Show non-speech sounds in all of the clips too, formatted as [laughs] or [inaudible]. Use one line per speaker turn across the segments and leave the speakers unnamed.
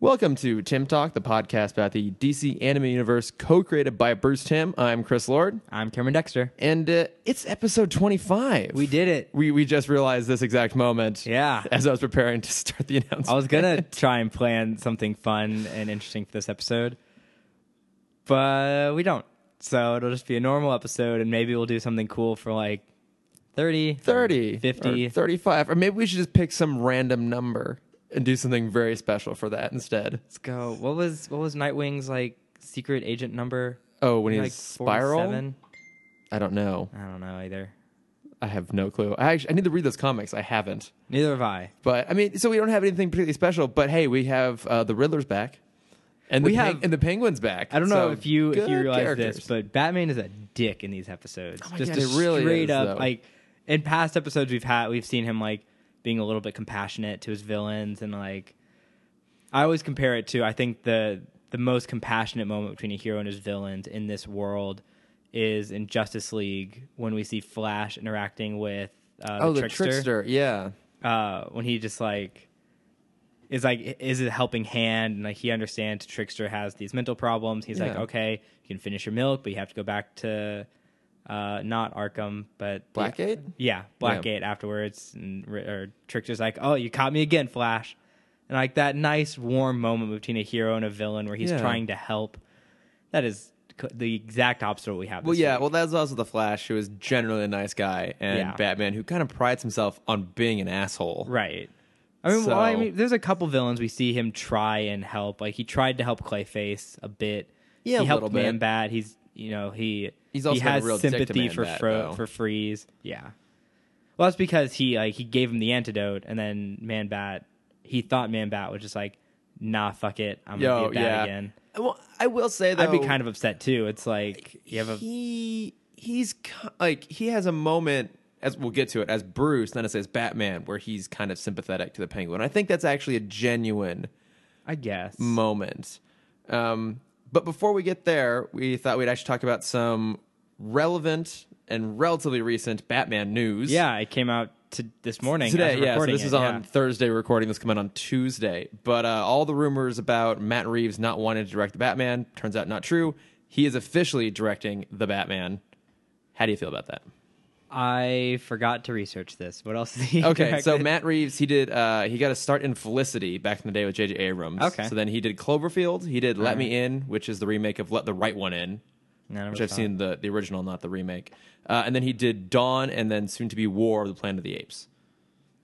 Welcome to Tim Talk, the podcast about the DC anime universe co created by Bruce Tim. I'm Chris Lord,
I'm Cameron Dexter.
and uh, it's episode 25.
We did it.
We, we just realized this exact moment [laughs]
Yeah.
as I was preparing to start the announcement.
I was gonna try and plan something fun and interesting for this episode, but we don't. So it'll just be a normal episode, and maybe we'll do something cool for like 30,
30
50.
or 35 or maybe we should just pick some random number and do something very special for that instead
Let's go. What was what was Nightwing's like secret agent number?
oh when he's
like
spiral
47?
i don't know
I don't know either.
i have no clue i actually i need to read those comics i haven't
Neither have I.
but i mean so we don't have anything particularly special but hey we have uh, the riddler's back and the
We
Peng-
have-
and the penguin's back
I don't know
So,
if you if you
good
realize
characters. Oh
this, but Batman is a dick in these episodes.
my
Just
God,
a
it really
straight
is,
up
though.
like in past episodes we've had we've seen him like being a little bit compassionate to his villains and like I always compare it to I think the the most compassionate moment between a hero and his villains in this world is in Justice League when we see Flash interacting with uh,
oh
the,
the
trickster,
trickster, yeah
Uh, when he just like is like is a helping hand and like he understands trickster has these mental problems he's like
Yeah.
okay you can finish your milk but you have to go back to uh not arkham but
blackgate
yeah blackgate afterwards and Ri- or trickster's like oh you caught me again flash and like that nice warm moment between a hero and a villain where he's
Yeah.
trying to help that is co- the exact obstacle we have
Well,
this
yeah.
week.
Well, that's also the Flash, who is generally a nice guy, and
Yeah.
Batman, who kind of prides himself on being an asshole.
Right. I mean, well, I
So-
mean, there's a couple villains we see him try and help. Like he tried to help Clayface a bit.
Yeah,
he
a
helped
little bit.
Man Bat. He's you know he
He's also
he
been a
has
real dick to
sympathy
Man
for
Bat,
Fro-
though.
for Freeze. Yeah. Well, that's because he like he gave him the antidote, and then Man Bat he thought Man Bat was just like, nah, fuck it, I'm gonna
Yo,
be a bat
yeah.
again.
Well, I will say though,
I'd be kind of upset too. It's like you have a
he he's ki- like he has a moment as we'll get to it as Bruce, not as as Batman, where he's kind of sympathetic to the Penguin. I think that's actually a genuine
I guess
moment. Um, but before we get there, we thought we'd actually talk about some relevant and relatively recent Batman news.
yeah, it came out to this morning. as
today.
we're
Yeah, so
recording
this
it,
is on
yeah.
Thursday recording. This coming out on Tuesday. But uh, all the rumors about Matt Reeves not wanting to direct the Batman turns out not true. He is officially directing the Batman. How do you feel about
[laughs]
that?
I forgot to research this. What else? Is he [laughs]
Okay, so
directed?
Matt Reeves, he did uh, he got a start in Felicity back in the day with J.J. Abrams.
Okay.
so then he did Cloverfield. He did Let Me In, which is the remake of Let the Right One In,
None of
which
us
I've
saw
seen the the original, not the remake. Uh, and then he did Dawn, and then soon to be War of the Planet of the Apes.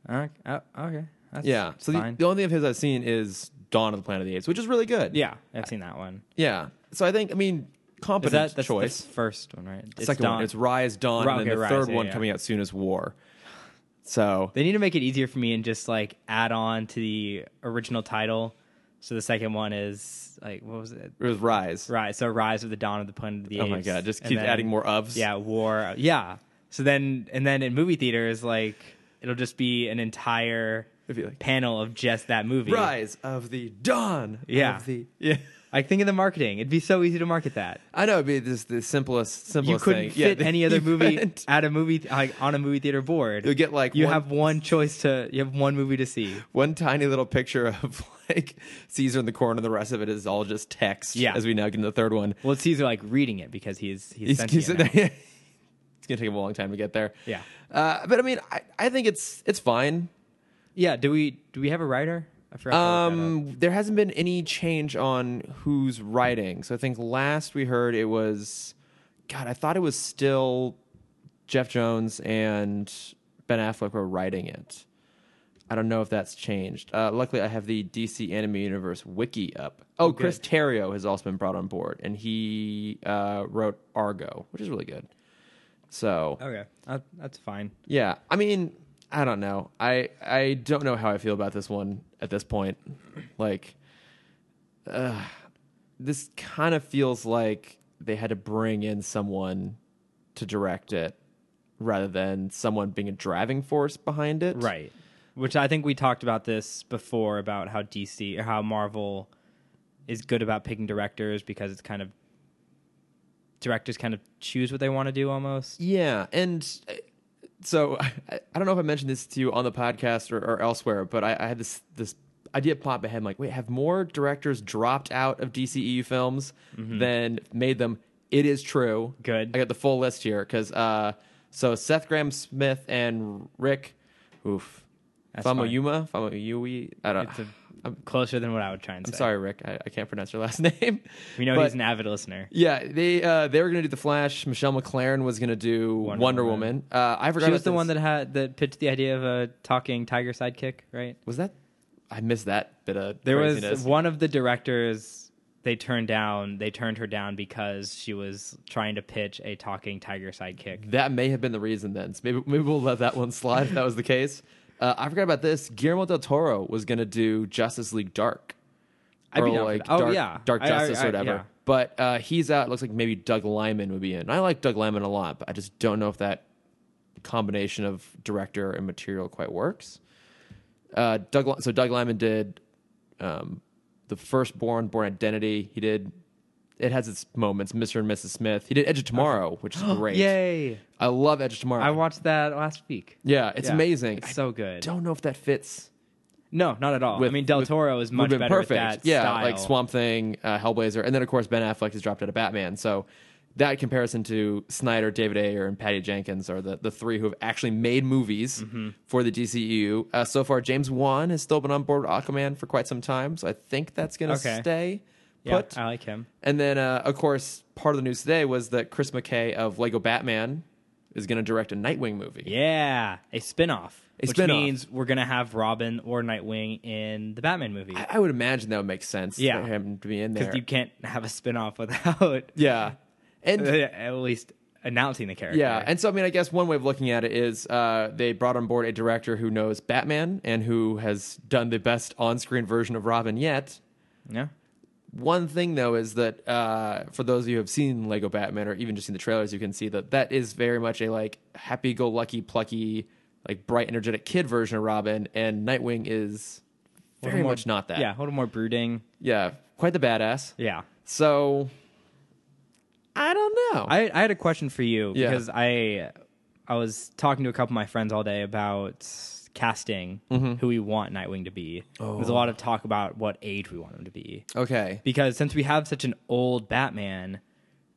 it. Okay. Oh, okay. That's
Yeah. So the,
fine.
the only thing of his I've seen is Dawn of the Planet of the Apes, which is really good.
yeah, I've seen that one.
Yeah. So I think I mean
Is
competent
that that's
choice.
the first one, right? It's
Second one,
Dawn.
it's Rise Dawn,
Ra-
and then
okay,
the
Rise,
third
yeah,
one
yeah.
coming out soon is War. So
They need to make it easier for me and just like add on to the original title. So the second one is like what was it?
it was Rise.
Rise. So Rise of the Dawn of the Planet of the
Oh
Apes.
my god, just
and
keep
then-
adding more ofs.
Yeah, War. Yeah. So then and then in movie theaters, like it'll just be an entire
It'd be like-
panel of just that movie.
Rise of the Dawn.
Yeah.
Of the, yeah.
Like think of the marketing. It'd be so easy to market that.
I know it'd be this the simplest simplest
you couldn't
thing. Yeah,
fit
the-
any
[laughs]
other
you
movie
couldn't.
at a movie like on a movie theater board.
You'll get like
you
one,
have one choice to you have one movie to see.
one tiny little picture of [laughs] like Caesar in the corner, the rest of it is all just text.
Yeah.
As we now get into the third one.
Well, it's Caesar like reading it because he's
He's-
he's, sentient
he's-
now.
[laughs] it's gonna take him a long time to get there.
[laughs] Yeah.
uh, but I mean, I, I think it's it's fine.
Yeah. Do we do we have a writer? I forgot. to look that up.
Um, there hasn't been any change on who's writing. So I think last we heard it was, God, I thought it was still Jeff Jones and Ben Affleck were writing it. I don't know if that's changed. Uh, luckily, I have the DC Anime Universe wiki up. Oh, Chris Terrio has also been brought on board, and he uh, wrote Argo, which is really good. So
okay, that, that's fine.
yeah, I mean, I don't know. I I don't know how I feel about this one at this point. Like, uh, this kind of feels like they had to bring in someone to direct it, rather than someone being a driving force behind it.
Right. Which I think we talked about this before about how DC or how Marvel is good about picking directors because it's kind of directors kind of choose what they want to do almost.
Yeah, and uh, [laughs] so I, I don't know if I mentioned this to you on the podcast or, or elsewhere, but I, I had this this idea plot behind like wait have more directors dropped out of DCEU films than made them it is true
Mm-hmm. Good.
I got the full list here because uh so Seth Graham Smith and Rick oof
That's fine.
Famayuma Famayui I don't
It's a-
uh, [sighs] I'm,
Closer than what I would try and
I'm
say.
sorry Rick I, I can't pronounce your last [laughs] name
We know
But-
he's an avid listener.
yeah, they uh, they were gonna do the Flash. Michelle McLaren was gonna do Wonder,
Wonder
Woman.
Woman.
Uh, I forgot.
She was
about
the
this.
one that had that pitched the idea of a talking tiger sidekick, right?
was that. I missed that bit of
There
craziness.
was one of the directors they turned down. They turned her down because she was trying to pitch a talking tiger sidekick.
That may have been the reason then. So maybe, maybe we'll let that one slide if that was the
[laughs]
case. Uh, I forgot about this. Guillermo del Toro was going to do Justice League Dark.
I'd be down for that. Oh,
Dark,
yeah.
Dark
I- I-
Justice
I-
or whatever.
yeah.
But uh, he's out. Looks like maybe Doug Lyman would be in. And I like Doug Lyman a lot, but I just don't know if that combination of director and material quite works. Uh, Doug, Ly- so Doug Lyman did um, the Firstborn, Born Identity. He did. It has its moments, Mr. and Mrs. Smith. He did Edge of Tomorrow, which
[gasps]
is great.
Yay!
I love Edge of Tomorrow.
I watched that last week.
yeah, it's
Yeah,
amazing.
It's so good.
I don't know if that fits.
no, not at all.
With-
I mean, Del
with-
Toro is much
Would've
better
been
at that
yeah,
style.
like Swamp Thing, uh, Hellblazer, and then of course Ben Affleck has dropped out of Batman. So that comparison to Snyder, David Ayer, and Patty Jenkins are the, the three who have actually made movies
Mm-hmm.
for the DCEU. Uh, so far, James Wan has still been on board with Aquaman for quite some time, so I think that's going to
Okay.
stay
Yeah,
put.
I like him.
And then, uh, of course, part of the news today was that Chris McKay of Lego Batman is going to direct a Nightwing movie.
Yeah, a spinoff.
A
which
spin-off.
means we're gonna have Robin or Nightwing in the Batman movie
I, I would imagine that would make sense
Yeah.
for him to be in there.
because you can't have a spinoff [laughs] without
yeah. And
[laughs] at least announcing the character.
Yeah, and so I mean, I guess one way of looking at it is uh, they brought on board a director who knows Batman and who has done the best on-screen version of Robin yet.
yeah.
One thing though is that uh, for those of you who have seen Lego Batman or even just seen the trailers, you can see that that is very much a like happy-go-lucky, plucky, like bright, energetic kid version of Robin, and Nightwing is
A
very
little more-
much not that.
Yeah, a little more brooding.
yeah, quite the badass.
Yeah.
So I don't know.
I, I had a question for you
Yeah.
because I I was talking to a couple of my friends all day about casting
Mm-hmm.
who we want Nightwing to be. There's a lot of
Oh.
talk about what age we want him to be.
okay,
Because since we have such an old Batman,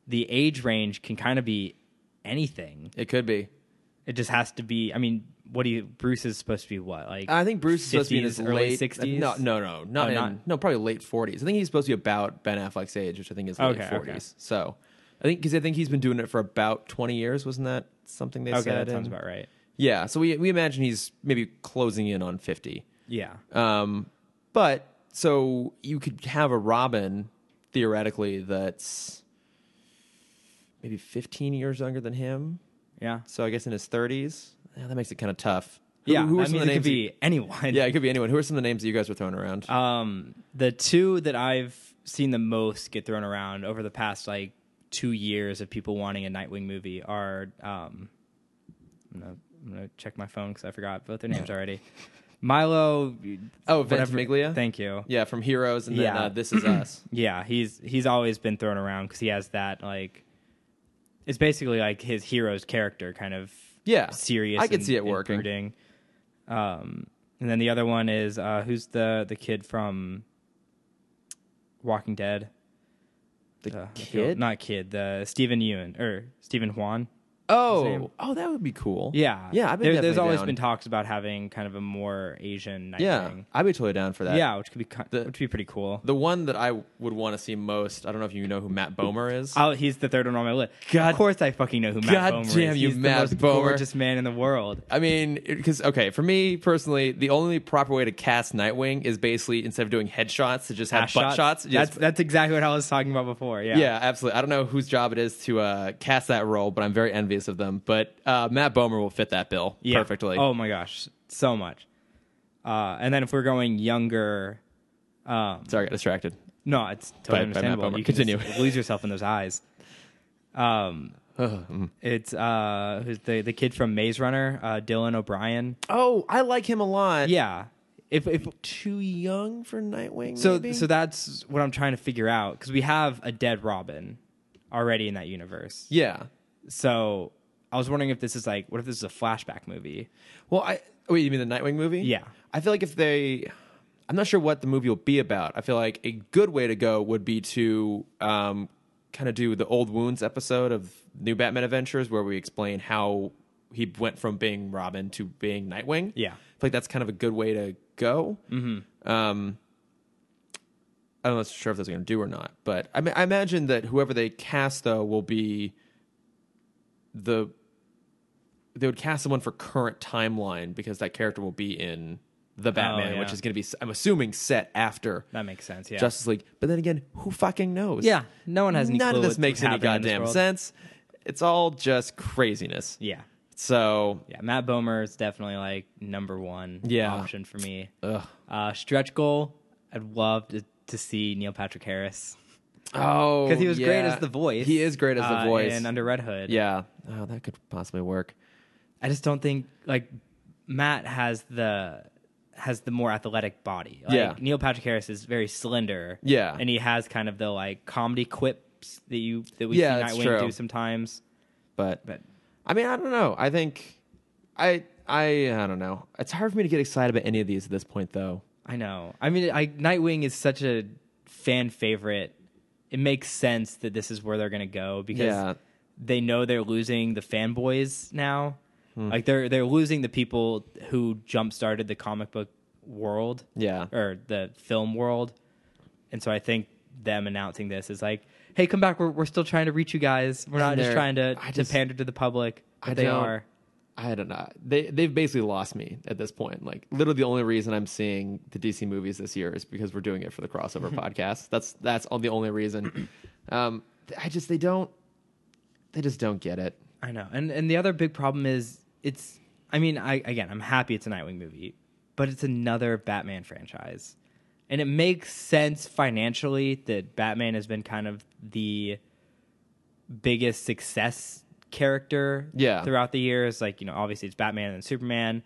the age range can kind of be anything.
it could be.
It just has to be I mean, what do you Bruce is supposed to be what? Like
I think Bruce is supposed to be in
50s,
his
early
late
60s?
No, no, no, not
Oh,
in,
not-
no, probably late forties. I think he's supposed to be about Ben Affleck's age, which I think is late
Okay, okay.
forties. So, I think because I think he's been doing it for about twenty years, wasn't that something they
Okay,
said?
that sounds
And-
about right.
Yeah, so we we imagine he's maybe closing in on fifty.
Yeah.
Um, but so you could have a Robin theoretically that's maybe fifteen years younger than him.
Yeah.
So I guess in his thirties, yeah, that makes it kind of tough. Who-
Yeah,
who are
I
some
mean,
of the
it could
names? you-
be anyone.
yeah, it could be anyone. Who are some of the names that you guys were throwing around?
Um, the two that I've seen the most get thrown around over the past like two years of people wanting a Nightwing movie are um, I'm gonna, I'm gonna check my phone because I forgot both their
[laughs]
names already. Milo.
Oh, Vince
whatever-
Miglia?
Thank you.
Yeah, from Heroes and then
Yeah.
uh, This
[clears throat]
Is Us.
Yeah, he's he's always been thrown around because he has that like. It's basically like his hero's character, kind of
Yeah,
serious.
I could
and-
see it
and
working.
brooding. Um, and then the other one is uh, who's the the kid from Walking Dead?
The
Uh,
kid?
not kid. The Stephen Ewan or Stephen Juan. name.
Oh, oh, that would be cool.
Yeah,
yeah. I've been
There- there's always
down.
been talks about having kind of a more Asian Nightwing.
Yeah, I'd be totally down for that.
yeah, which could be ki-
The-
which would be pretty cool.
the one that I would want to see most. I don't know if you know who Matt Bomer is.
Oh, he's the third one on my list.
God-
of course, I fucking know who Matt
God
Bomer is.
damn you,
he's
Matt
the most
Bomer.
gorgeous man in the world.
I mean, because okay, for me personally, the only proper way to cast Nightwing is basically instead of doing headshots to just have
Ass
butt shots. just-
That's that's exactly what I was talking about before. Yeah.
Yeah, absolutely. I don't know whose job it is to uh, cast that role, but I'm very envious of them. But uh, Matt Bomer will fit that bill
Yeah.
perfectly.
Oh my gosh, so much. Uh, and then if we're going younger, um,
Sorry, I got distracted.
no, it's
By- by Matt
totally understandable.
Bomer.
You can just
Continue.
[laughs] lose yourself in those eyes.
[sighs]
Um,
Mm.
it's uh, who's the the kid from Maze Runner, uh, Dylan O'Brien.
Oh, I like him a lot.
Yeah. If if
too young for Nightwing.
So
maybe?
so that's what I'm trying to figure out because we have a dead Robin already in that universe.
yeah.
So I was wondering if this is like, what if this is a flashback movie?
Well, I wait. You mean the Nightwing movie?
Yeah.
I feel like if they, I'm not sure what the movie will be about. I feel like a good way to go would be to um, kind of do the old wounds episode of New Batman Adventures, where we explain how he went from being Robin to being Nightwing. I
Yeah.
feel like that's kind of a good way to go. Mm-hmm. Um, I'm not sure if that's going to do or not, but I, ma- I imagine that whoever they cast though will be the they would cast someone for current timeline because that character will be in the Batman,
Oh, yeah.
which is going to be I'm assuming set after
That makes sense. Yeah.
Justice League. But then again, who fucking knows?
Yeah, no one has any
None
clue
of this
what's-
makes
what's
any
happening in this
goddamn
world.
sense. It's all just craziness.
yeah.
So
Yeah. Matt Bomer is definitely like number one
Yeah.
option for me.
ugh.
Uh, stretch goal. I'd love to, to see Neil Patrick Harris
Oh,
because he was great
yeah.
as the voice.
He is great as the
uh,
voice.
and under Red Hood.
yeah. Oh, that could possibly work.
I just don't think like Matt has the has the more athletic body. Like,
Yeah.
Neil Patrick Harris is very slender.
Yeah.
and he has kind of the like comedy quips that you that we
Yeah, that's
see Nightwing
true.
do sometimes.
But
But
I mean, I don't know. I think I I I don't know. It's hard for me to get excited about any of these at this point, though.
I know. I mean, I Nightwing is such a fan favorite. It makes sense that this is where they're gonna go because
Yeah.
they know they're losing the fanboys now.
Hmm.
Like they're they're losing the people who jump started the comic book world
Yeah.
or the film world, and so I think them announcing this is like, hey, come back. We're we're still trying to reach you guys. We're not
And
just
they're-
trying to,
I
to
just-
pander to the public.
I
But they
don't-
are.
I don't know. They they've basically lost me at this point. Like literally the only reason I'm seeing the DC movies this year is because we're doing it for the crossover
[laughs]
podcast. That's that's all the only reason. Um I just they don't they just don't get it.
I know. And and the other big problem is it's I mean, I again, I'm happy it's a Nightwing movie, but it's another Batman franchise. And it makes sense financially that Batman has been kind of the biggest success character
Yeah.
throughout the years. Like, you know, obviously it's Batman and Superman.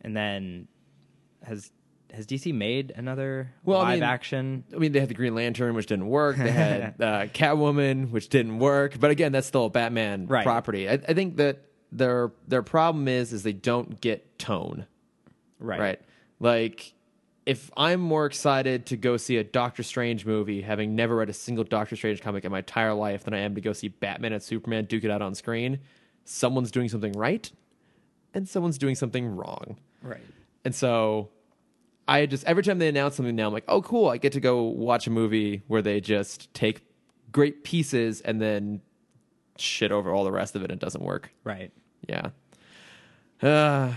And then has has DC made another
Well, I
live
mean-
action?
I mean, they had the Green Lantern, which didn't work. They
[laughs]
had uh, Catwoman, which didn't work. But again, that's still a Batman
Right.
property. I, I think that their their problem is is they don't get tone.
Right.
right? Like, if I'm more excited to go see a Doctor Strange movie, having never read a single Doctor Strange comic in my entire life, than I am to go see Batman and Superman duke it out on screen, someone's doing something right and someone's doing something wrong.
Right.
And so I just, every time they announce something now, I'm like, oh, cool, I get to go watch a movie where they just take great pieces and then shit over all the rest of it and it doesn't work.
Right.
Yeah. [sighs] Uh,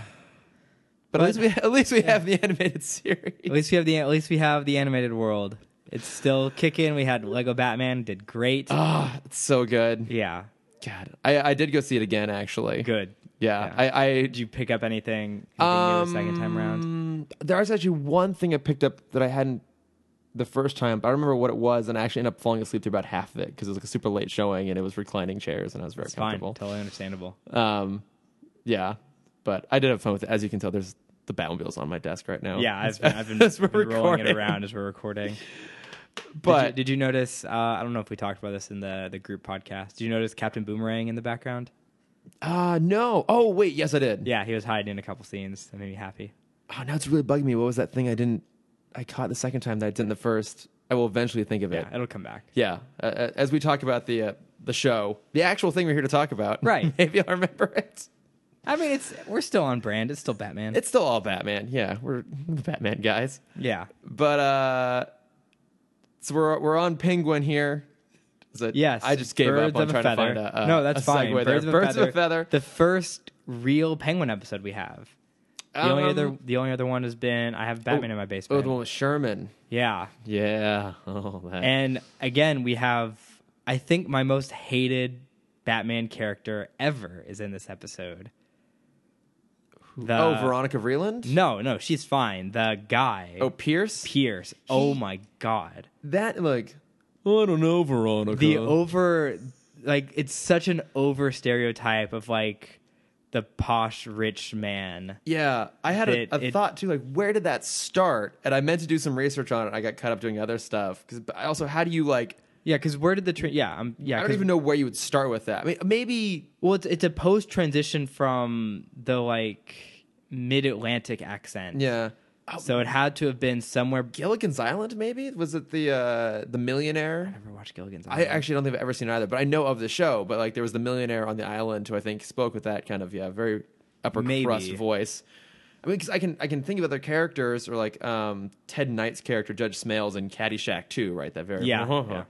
but at least we [laughs] at least we have the animated series. [sighs]
At least we have the at least we have the animated world. It's still kicking. We had Lego Batman did great.
Ah, it's so good.
yeah,
God, I, I did go see it again actually.
good.
Yeah,
Yeah.
I I
Did you pick up anything, anything new the second time around?
Um, There was actually one thing I picked up that I hadn't the first time, but I don't remember what it was, and I actually ended up falling asleep through about half of it because it was like a super late showing and it was reclining chairs, and I was very
It's fine,
comfortable.
totally understandable.
Um, yeah, but I did have fun with it. As you can tell, there's the Batmobile's on my desk right now. [laughs]
yeah, I've been, I've been,
Oh. as we're
been rolling it
recording.
around as we're recording.
but
did you, did you notice? Uh, I don't know if we talked about this in the the group podcast. Did you notice Captain Boomerang in the background?
Uh no. Oh wait, yes I did.
Yeah, he was hiding in a couple scenes. That made me happy.
Oh now it's really bugging me. What was that thing I didn't I caught the second time that I didn't the first? I will eventually think of it.
Yeah, it'll come back.
Yeah. Uh, Uh, as we talk about the uh, the show, the actual thing we're here to talk about. [laughs]
Right.
Maybe I'll remember it.
I mean, it's we're still on brand. It's still Batman.
It's still all Batman. Yeah, we're [laughs] the Batman guys.
yeah,
But uh so we're we're on Penguin here. Is it,
Yes.
I just gave
Birds
up on
of a
trying to
Feather.
find a, uh, a
no, that's
a
fine.
segue there.
Birds, of, a
Birds
feather,
of a feather.
The first real Penguin episode we have. The only
Um,
other, the only other one has been I have Batman in my
Oh,
basement.
the one with Sherman.
yeah,
Yeah. Oh, that.
and again we have. I think my most hated Batman character ever is in this episode. The,
oh, Veronica Vreeland.
No, no, she's fine. The guy.
Oh, Pierce.
Pierce. oh my god.
That like I don't know, Veronica.
the over like it's such an over stereotype of like the posh rich man
yeah, I had
It-
a, a
it-
thought too. Like, where did that start? And I meant to do some research on it. and I got caught up doing other stuff. Because I also, how do you like?
yeah because where did the tra- yeah i'm yeah
I
'cause-
don't even know where you would start with that. I mean, maybe
well it's, it's a post transition from the like mid-atlantic accent
yeah.
So it had to have been somewhere.
Gilligan's Island, maybe was it the uh, the millionaire?
Never watched Gilligan's
I
Island.
actually don't think I've ever seen it either, but I know of the show. But like, there was the millionaire on the island who I think spoke with that kind of yeah, very upper
Maybe.
crust voice. I mean, 'cause I can I can think of other characters or like um, Ted Knight's character Judge Smales in Caddyshack too, right? That very Uh-huh.
Yeah, yeah.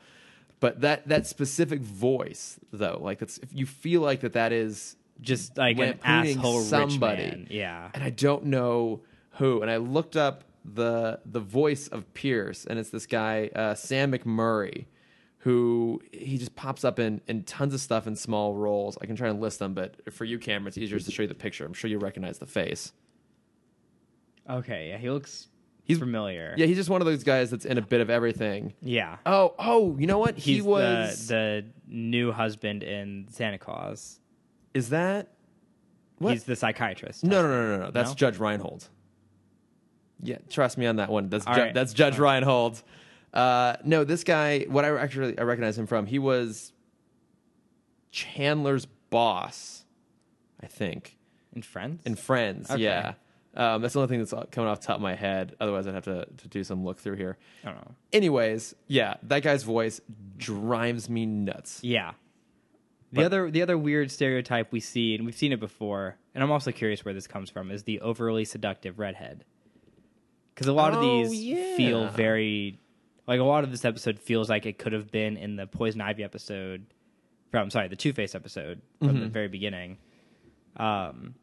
But that that specific voice though, like that's if you feel like that that is
just like an
lampooning
asshole
somebody.
rich man. Yeah.
and I don't know who. And I looked up the the voice of Pierce, and it's this guy uh, Sam McMurray, who he just pops up in in tons of stuff in small roles. I can try and list them, but for you, Cameron, it's easier just to show you the picture. I'm sure you recognize the face.
Okay. Yeah. He looks.
He's-
He's familiar.
Yeah, he's just one of those guys that's in a bit of everything.
Yeah.
Oh, oh, you know what?
He's
he was.
the, the new husband in Santa Claus.
is that? What?
He's the psychiatrist.
no, no, no, no, no. That's
No?
Judge Reinhold. Yeah, trust me on that one. That's
All
Ju-
right.
that's Judge Reinhold. Uh, no, this guy. What I actually I recognize him from. He was Chandler's boss, I think,
In Friends.
in Friends.
Okay.
Yeah, um, that's the only thing that's coming off the top of my head. Otherwise, I'd have to to do some look through here.
I don't know.
Anyways, yeah, that guy's voice drives me nuts.
Yeah. The
But-
other the other weird stereotype we see, and we've seen it before, and I'm also curious where this comes from, is the overly seductive redhead. Because a lot of
Oh,
these feel
yeah.
very, like a lot of this episode feels like it could have been in the poison ivy episode, from sorry the Two Face episode from
Mm-hmm.
the very beginning. Um,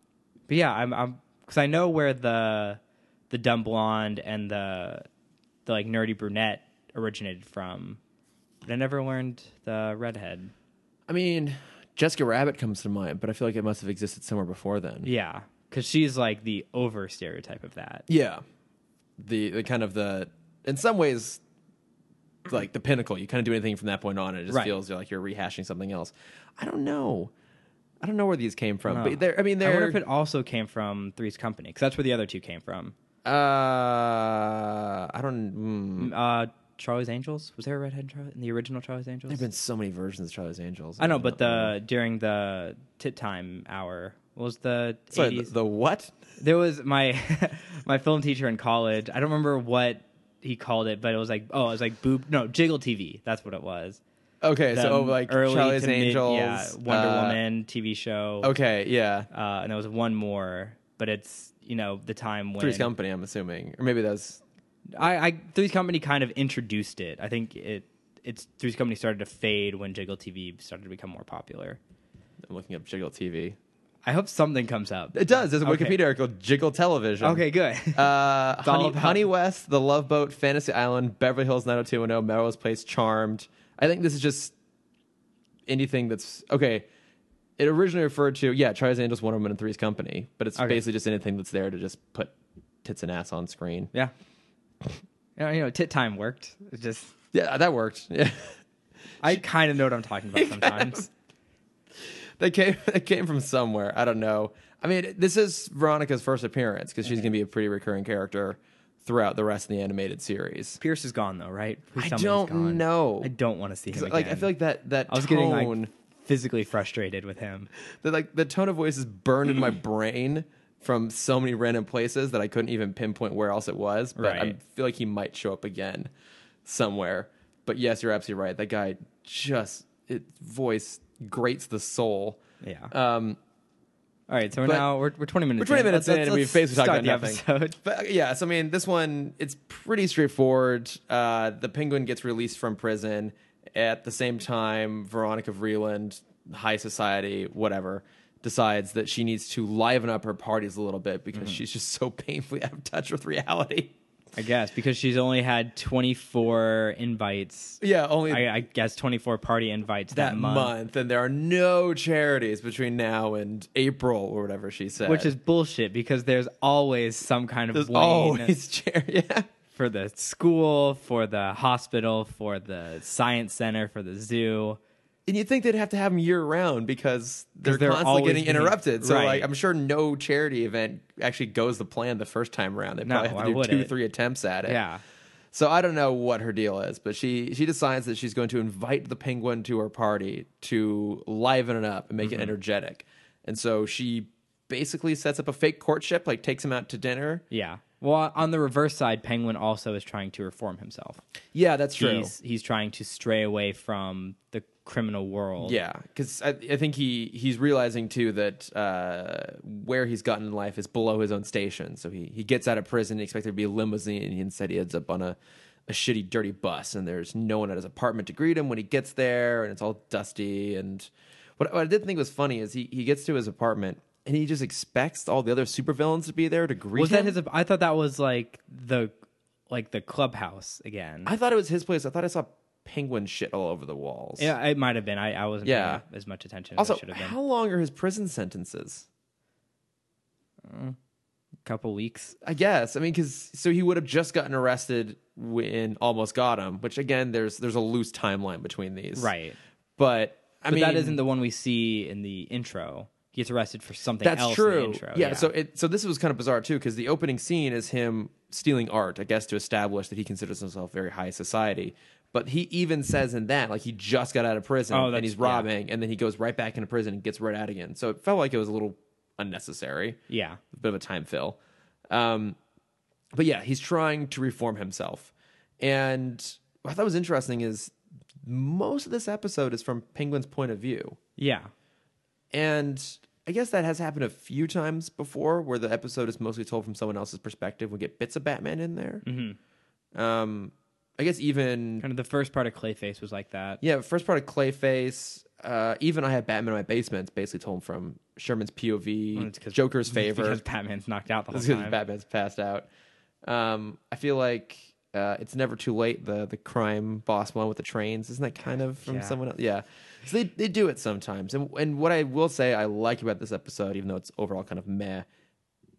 but yeah, I'm I'm because I know where the the dumb blonde and the the like nerdy brunette originated from, but I never learned the redhead.
I mean, Jessica Rabbit comes to mind, but I feel like it must have existed somewhere before then.
Yeah, because she's like the over stereotype of that.
Yeah. The the kind of the in some ways like the pinnacle. You kind of do anything from that point on and it just
Right.
feels like you're rehashing something else. I don't know. I don't know where these came from.
No.
But they're I mean
I wonder
they're
if it also came from Three's Company because that's where the other two came from.
uh I don't mm.
Uh, Charlie's Angels was there a redhead in, Char- in the original Charlie's Angels?
There've been so many versions of Charlie's Angels.
I know, but
don't know.
the during the tit time hour what was the
Sorry, the,
eighties.
the what?
There was my [laughs] my film teacher in college. I don't remember what he called it, but it was like oh, it was like boob no jiggle TV. That's what it was.
Okay,
The
so oh, like
early
Charlie's
to mid-
Angels,
yeah, Wonder
uh,
Woman TV show.
Okay, yeah.
uh, and there was one more, but it's you know the time when
Three's Company, I'm assuming, or maybe that's
I, I Three's Company kind of introduced it. I think it it's Three's Company started to fade when Jiggle TV started to become more popular.
I'm looking up Jiggle TV.
I hope something comes up.
It does. There's a
Okay.
Wikipedia article, Jiggle Television.
Okay, good. [laughs]
Uh,
all
Honey,
about-
Honey West, The Love Boat, Fantasy Island, Beverly Hills 90210, Melrose Place, Charmed. I think this is just anything that's okay. It originally referred to yeah, Charlie's Angels, Wonder Woman, and Three's Company, but it's
Okay.
basically just anything that's there to just put tits and ass on screen.
yeah. You know, you know, tit time worked. It just
Yeah, that worked. [laughs] Yeah,
I kind of know what I'm
[laughs]
talking about sometimes.
that came that came from somewhere. I don't know. I mean, this is Veronica's first appearance because she's gonna be a pretty recurring character throughout the rest of the animated series.
Pierce is gone though, right? Please
I
tell me he's
don't
gone.
know.
I don't want to see him.
'Cause, Like I
again.
feel like that that
I was
tone.
getting like physically frustrated with him.
the like the tone of voice is burned in my brain from so many random places that I couldn't even pinpoint where else it was. But I
Right.
feel like he might show up again somewhere. But yes, you're absolutely right. That guy just it voice grates the soul.
Yeah.
Um,
All right, so we're
But-
now we're, we're 20 minutes.
we're 20
in.
minutes
Let's-
in and
let's-
we've
let's
basically talked
start
about
the
nothing.
episode.
But uh, yeah, so I mean, this one it's pretty straightforward. Uh, the penguin gets released from prison at the same time. Veronica Vreeland, high society, whatever, decides that she needs to liven up her parties a little bit because she's just so [laughs] painfully out of touch with reality.
I guess because she's only had 24 invites.
Yeah, [laughs] only
I, I guess 24 party invites that,
that month. and there are no charities between now and April or whatever she said,
which is bullshit because there's always some kind of
There's [laughs]
wane
always chair. Yeah.
for the school, for the hospital, for the science center, for the zoo.
And you'd think they'd have to have them year round because they're,
they're
constantly
always
getting
being-
interrupted. So,
right.
like, I'm sure no charity event actually goes the plan the first time around. They
No,
probably
why
have to
would
do two,
it?
three attempts at it.
Yeah.
So I don't know what her deal is, but she she decides that she's going to invite the penguin to her party to liven it up and make
Mm-hmm.
it energetic. And so she basically sets up a fake courtship, like takes him out to dinner,
Yeah. Well, on the reverse side, Penguin also is trying to reform himself.
Yeah, that's true.
He's he's trying to stray away from the criminal world.
Yeah, because I, I think he he's realizing too that uh, where he's gotten in life is below his own station. So he he gets out of prison, he expected to be a limousine, and instead he ends up on a a shitty, dirty bus, and there's no one at his apartment to greet him when he gets there, and it's all dusty. And what, what I did think was funny is he he gets to his apartment. And he just expects all the other supervillains to be there to greet
Was
him.
that his? I thought that was like the like the clubhouse again.
I thought it was his place. I thought I saw penguin shit all over the walls.
yeah, it might have been. I, I wasn't
Yeah.
paying as much attention
Also,
as I should have been.
how long are his prison sentences?
couple weeks.
I guess. I mean, because so he would have just gotten arrested when almost got him. Which again, there's there's a loose timeline between these,
Right.
But I
But
mean,
that isn't the one we see in the intro. He gets arrested for something
that's
else
true.
in the intro.
yeah, So it so this was kind of bizarre too, because the opening scene is him stealing art, I guess, to establish that he considers himself very high society. But he even says in that, like he just got out of prison
Oh,
and
that's-
he's
yeah.
robbing, and then he goes right back into prison and gets right out again. So it felt like it was a little unnecessary.
yeah.
a bit of a time fill. Um, but yeah, he's trying to reform himself. And what I thought was interesting is most of this episode is from Penguin's point of view.
Yeah.
And I guess that has happened a few times before where the episode is mostly told from someone else's perspective. We get bits of Batman in there.
Mm-hmm.
Um, I guess even,
Kind of the first part of Clayface was like that.
yeah, first part of Clayface, uh, even I Have Batman in My Basement, it's basically told from Sherman's
And
POV,
it's 'cause-
Joker's
it's
favor.
[laughs] [laughs] Because Batman's knocked out the whole
That's because
time.
Batman's passed out. Um, I feel like uh, it's never too late. The the crime boss one with the trains isn't that kind of from
Yeah.
someone else? Yeah. So they they do it sometimes. And and what I will say I like about this episode, even though it's overall kind of meh,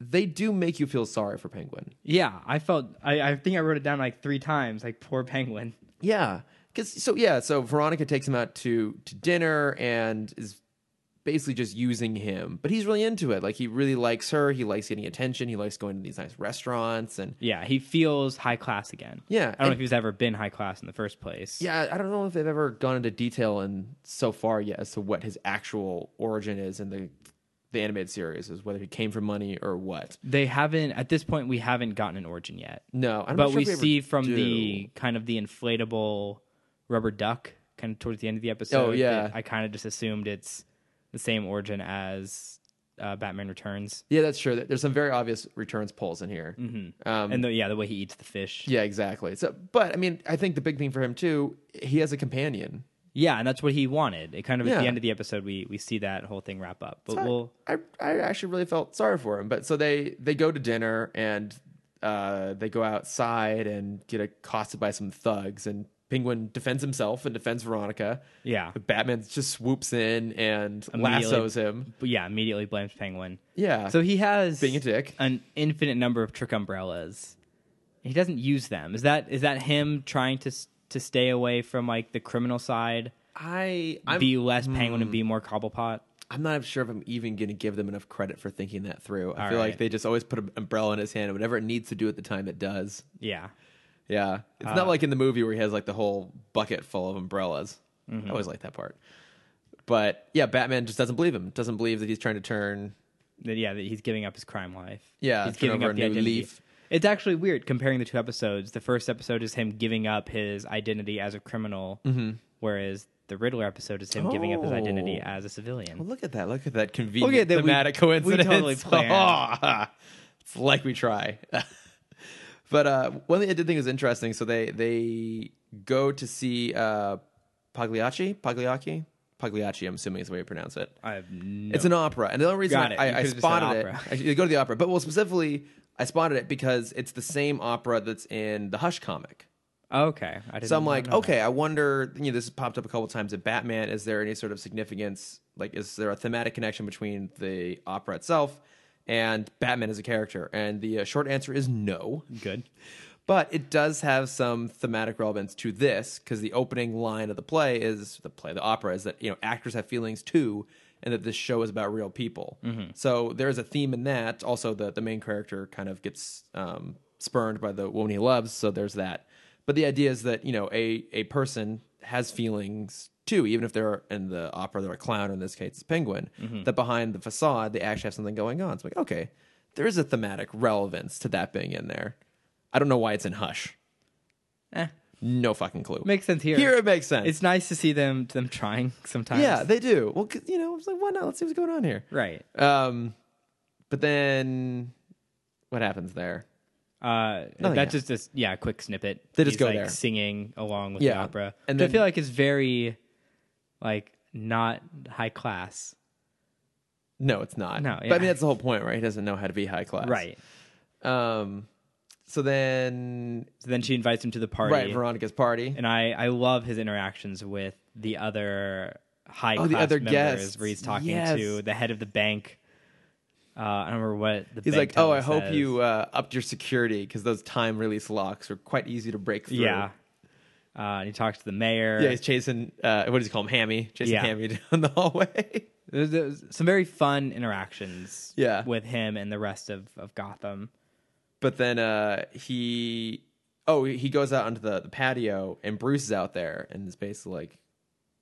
they do make you feel sorry for Penguin.
Yeah, I felt. I, I think I wrote it down like three times. Like poor penguin.
Yeah. Cause so yeah, so Veronica takes him out to to dinner and is basically just using him. But he's really into it. Like he really likes her. He likes getting attention. He likes going to these nice restaurants and
Yeah, he feels high class again.
Yeah,
I don't know
and-
if he's ever been high class in the first place.
Yeah, I don't know if they've ever gone into detail in so far yet as to what his actual origin is in the the animated series, is whether he came for money or what.
they haven't. At this point, we haven't gotten an origin yet.
No, I'm not
but
sure
we
if ever
see from
do.
the kind of the inflatable rubber duck kind of towards the end of the episode.
Oh, yeah.
that I kind of just assumed it's the same origin as uh, Batman Returns,
yeah, that's true. There's some very obvious returns polls in here. Mm-hmm. Um,
and the, yeah, the way he eats the fish.
yeah, exactly. So, but I mean, I think the big thing for him too, he has a companion.
Yeah, and that's what he wanted. It kind of at
Yeah.
the end of the episode, we we see that whole thing wrap up. But
I-
we'll
I, I actually really felt sorry for him. But so they they go to dinner and uh, they go outside and get accosted by some thugs. And Penguin defends himself and defends Veronica.
Yeah.
but Batman just swoops in and
Immediately.
lassos him.
but yeah, immediately blames Penguin.
Yeah.
So he has
Being a dick.
an infinite number of trick umbrellas. He doesn't use them. Is that is that him trying to s- to stay away from like the criminal side,
I I'm, Hmm.
be less penguin and be more cobblepot?
I'm not sure if I'm even going to give them enough credit for thinking that through. I
All
feel like
right.
they just always put an umbrella in his hand and whatever it needs to do at the time it does.
Yeah.
Yeah. It's not like in the movie where he has like the whole bucket full of umbrellas. I always like that part. But yeah, Batman just doesn't believe him. Doesn't believe that he's trying to turn.
That yeah, that he's giving up his crime life.
Yeah,
He's
turn
giving
over
up
a
the
new
identity.
leaf.
It's actually weird comparing the two episodes. The first episode is him giving up his identity as a criminal, whereas the Riddler episode is him giving up his identity
Mm-hmm. Oh.
as a civilian.
Well, look at that. Look at that convenient
that we-
thematic
we
coincidence. Oh, [laughs]
totally planned.
it's like we try. [laughs] but uh, one thing I did think was interesting. So they they go to see uh, Pagliacci. Pagliacci. Pagliacci. I'm assuming is the way you pronounce it.
I have no
It's an opera, and the only reason
Got it. You
I, I
could've just said
spotted it,
opera.
I should go to the opera. But well, specifically, I spotted it because it's the same opera that's in the Hush comic.
Okay. I didn't
So I'm
know
like,
that.
okay, I wonder. You know, this has popped up a couple times in Batman. Is there any sort of significance? Like, is there a thematic connection between the opera itself and Batman as a character? And the uh, short answer is no.
[laughs] Good.
But it does have some thematic relevance to this because the opening line of the play is the play, the opera is that you know actors have feelings too, and that this show is about real people. So there is a theme in that. Also, the the main character kind of gets um, spurned by the woman he loves, so there's that. But the idea is that you know a a person has feelings too, even if they're in the opera, they're a clown. or In this case, it's a penguin. That behind the facade, they actually have something going on. It's like okay, there is a thematic relevance to that being in there. I don't know why it's in Hush.
Eh,
No fucking clue.
makes sense here.
Here it makes sense.
it's nice to see them them trying [laughs] sometimes.
yeah, they do. Well, 'cause, you know, it's like why not? Let's see what's going on here.
right.
Um, but then what happens there?
Uh,
Nothing
that's
else.
just this, yeah, quick snippet.
Oh, They just
He's,
go
like
there.
singing along with the
Yeah.
opera,
And
and I
then-
feel like it's very, like not high class,
No, it's not.
No,
but I
yeah.
mean that's the whole point, right? He doesn't know how to be high class,
right?
Um, so then
So then she invites him to the party,
right, Veronica's party.
and I I love his interactions with the other high
Oh,
class
the other
members,
guests.
where he's talking
Yes.
to the head of the bank. Uh, I don't remember what the
He's
bank
like, "Oh,
teller
I hope
says.
you uh, upped your security because those time release locks are quite easy to break through."
yeah." Uh, and he talks to the mayor.
yeah. He's chasing. Uh, what does he call him? Hammy. Chasing
Yeah.
Hammy [laughs] down the hallway.
there's, there's some very fun interactions
Yeah.
with him and the rest of, of Gotham.
but then uh, he, oh, he goes out onto the, the patio, and Bruce is out there, and is basically like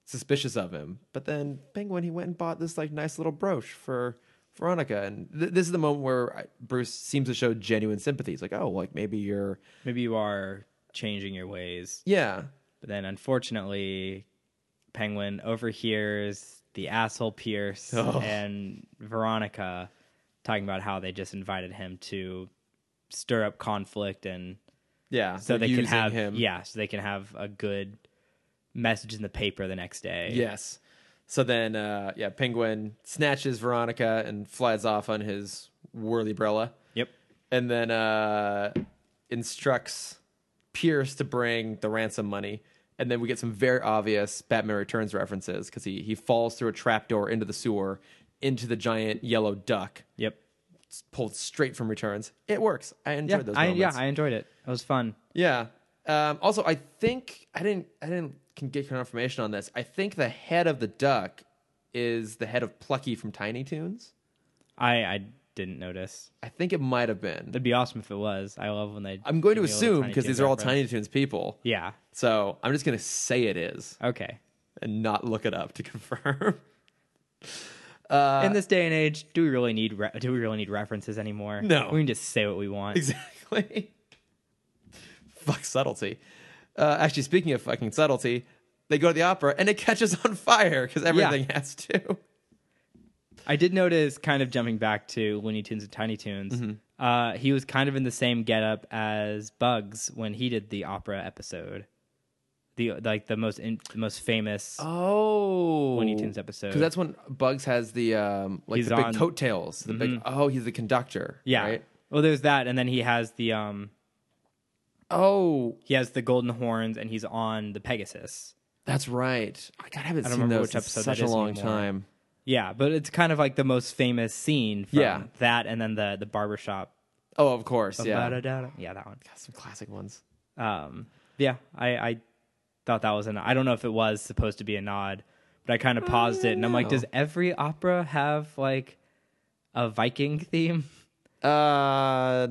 suspicious of him. But then Penguin, he went and bought this like nice little brooch for Veronica, and th- this is the moment where I, Bruce seems to show genuine sympathy. He's like, "Oh, like maybe you're,
Maybe you are changing your ways.
yeah."
But then unfortunately, Penguin overhears the asshole Pierce
[laughs] Oh.
and Veronica talking about how they just invited him to stir up conflict and
Yeah,
so
they're
they can
using
have yeah, so they can have a good message in the paper the next day.
Yes. So then, uh, yeah, Penguin snatches Veronica and flies off on his whirlybrella,
Yep.
and then uh, instructs Pierce to bring the ransom money. And then we get some very obvious Batman Returns references because he he falls through a trapdoor into the sewer, into the giant yellow duck,
Yep.
It's pulled straight from Returns. It works. I enjoyed
Yeah,
those.
I, yeah,
moments.
I enjoyed it. It was fun.
Yeah. Um, also, I think I didn't I didn't can get confirmation on this. I think the head of the duck is the head of Plucky from Tiny Toons.
I I didn't notice.
I think it might have been.
That'd be awesome if it was. I love when they.
I'm going
give
to
me a little
assume
Tiny
because
Toons
these are all
reference.
Tiny Toons people.
Yeah.
So I'm just going to say it is
Okay.
and not look it up to [laughs] confirm. Uh,
In this day and age, do we really need re- do we really need references anymore?
No.
We can just say what we want.
[laughs] Exactly. Fuck subtlety. Uh, actually, speaking of fucking subtlety, they go to the opera and it catches on fire because everything has to.
I did notice, kind of jumping back to Looney Tunes and Tiny Tunes,
Mm-hmm.
uh, he was kind of in the same getup as Bugs when he did the opera episode, the like the most in, the most famous.
Oh,
Looney Tunes episode.
Because that's when Bugs has the um, like
He's
the big
on- Mm-hmm.
coattails. The big oh, he's the conductor.
yeah.
right?
Well, there's that, and then he has the um
Oh,
he has the golden horns, and he's on the Pegasus.
that's right. I, God, I haven't
I don't
seen
remember
those
which
in
episode
such
that
a
is
long
anymore.
time.
Yeah, but it's kind of like the most famous scene from
Yeah.
that and then the the barbershop.
Oh, of course. Yeah,
Yeah. yeah, that one.
God, some classic ones.
Um, yeah, I, I thought that was an. I don't know if it was supposed to be a nod, but I kind of paused it and I'm like,
no.
does every opera have like a Viking theme? [laughs]
Uh,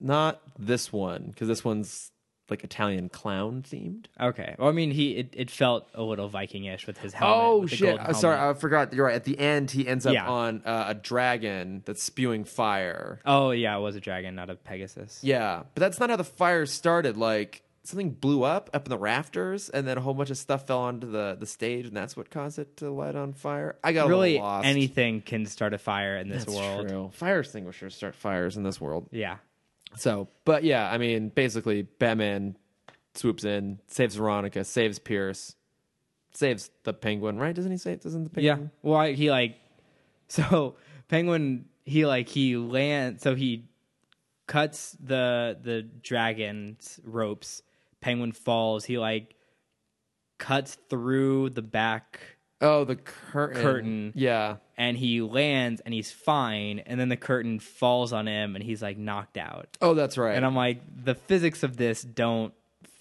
not this one because this one's like Italian clown themed.
Okay. Well, I mean, he it, it felt a little Vikingish with his helmet.
Oh
with the
shit!
golden
I'm sorry,
helmet.
I forgot. You're right. At the end, he ends up
Yeah.
on uh, a dragon that's spewing fire.
Oh yeah, it was a dragon, not a Pegasus.
Yeah, but that's not how the fire started. Like something blew up up in the rafters, and then a whole bunch of stuff fell onto the the stage, and that's what caused it to light on fire. I got a
Really,
little lost.
anything can start a fire in this
That's
world.
true. Fire extinguishers start fires in this world.
Yeah.
So, but yeah, I mean, basically, Batman swoops in, saves Veronica, saves Pierce, saves the Penguin. Right? Doesn't he save? Doesn't the
Yeah.
Penguin?
Well, I, he like [laughs] so penguin. He like he land. So he cuts the the dragon's ropes. Penguin falls. He like cuts through the back
Oh, the curtain.
Curtain.
Yeah.
and he lands and he's fine. And then the curtain falls on him and he's like knocked out.
Oh, that's right.
And I'm like, the physics of this don't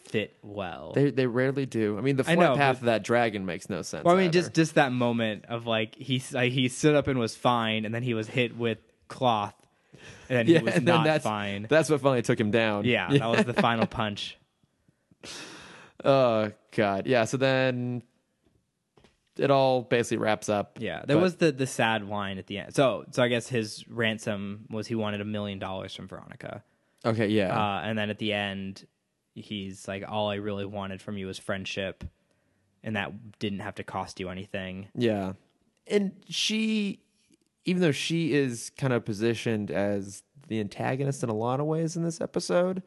fit well.
they they rarely do. I mean, the
I
flight
know,
path
but-
of that dragon makes no sense.
Well, I mean,
either. [laughs]
just just that moment of like he s- like, he stood up and was fine, and then he was hit with cloth, and then he was
then
not
that's,
fine.
That's what finally took him down. [laughs]
yeah, that was the final punch.
Oh god. Yeah. So then it all basically wraps up.
Yeah, there
But-
was the the sad wine at the end. So so I guess his ransom was he wanted a million dollars from Veronica,
Okay, yeah.
uh, and then at the end he's like, "All I really wanted from you was friendship, and that didn't have to cost you anything."
Yeah. And she, even though she is kind of positioned as the antagonist in a lot of ways in this episode,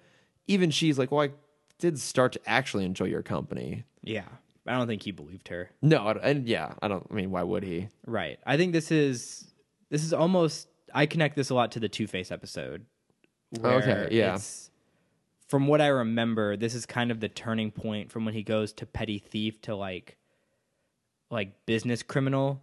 even she's like, well, I did start to actually enjoy your company.
Yeah, I don't think he believed her.
No, I- and yeah, I don't, I mean, why would he?
Right. I think this is this is almost I connect this a lot to the Two Face episode.
Okay, yeah.
It's, from what I remember, this is kind of the turning point from when he goes to petty thief to like like business criminal.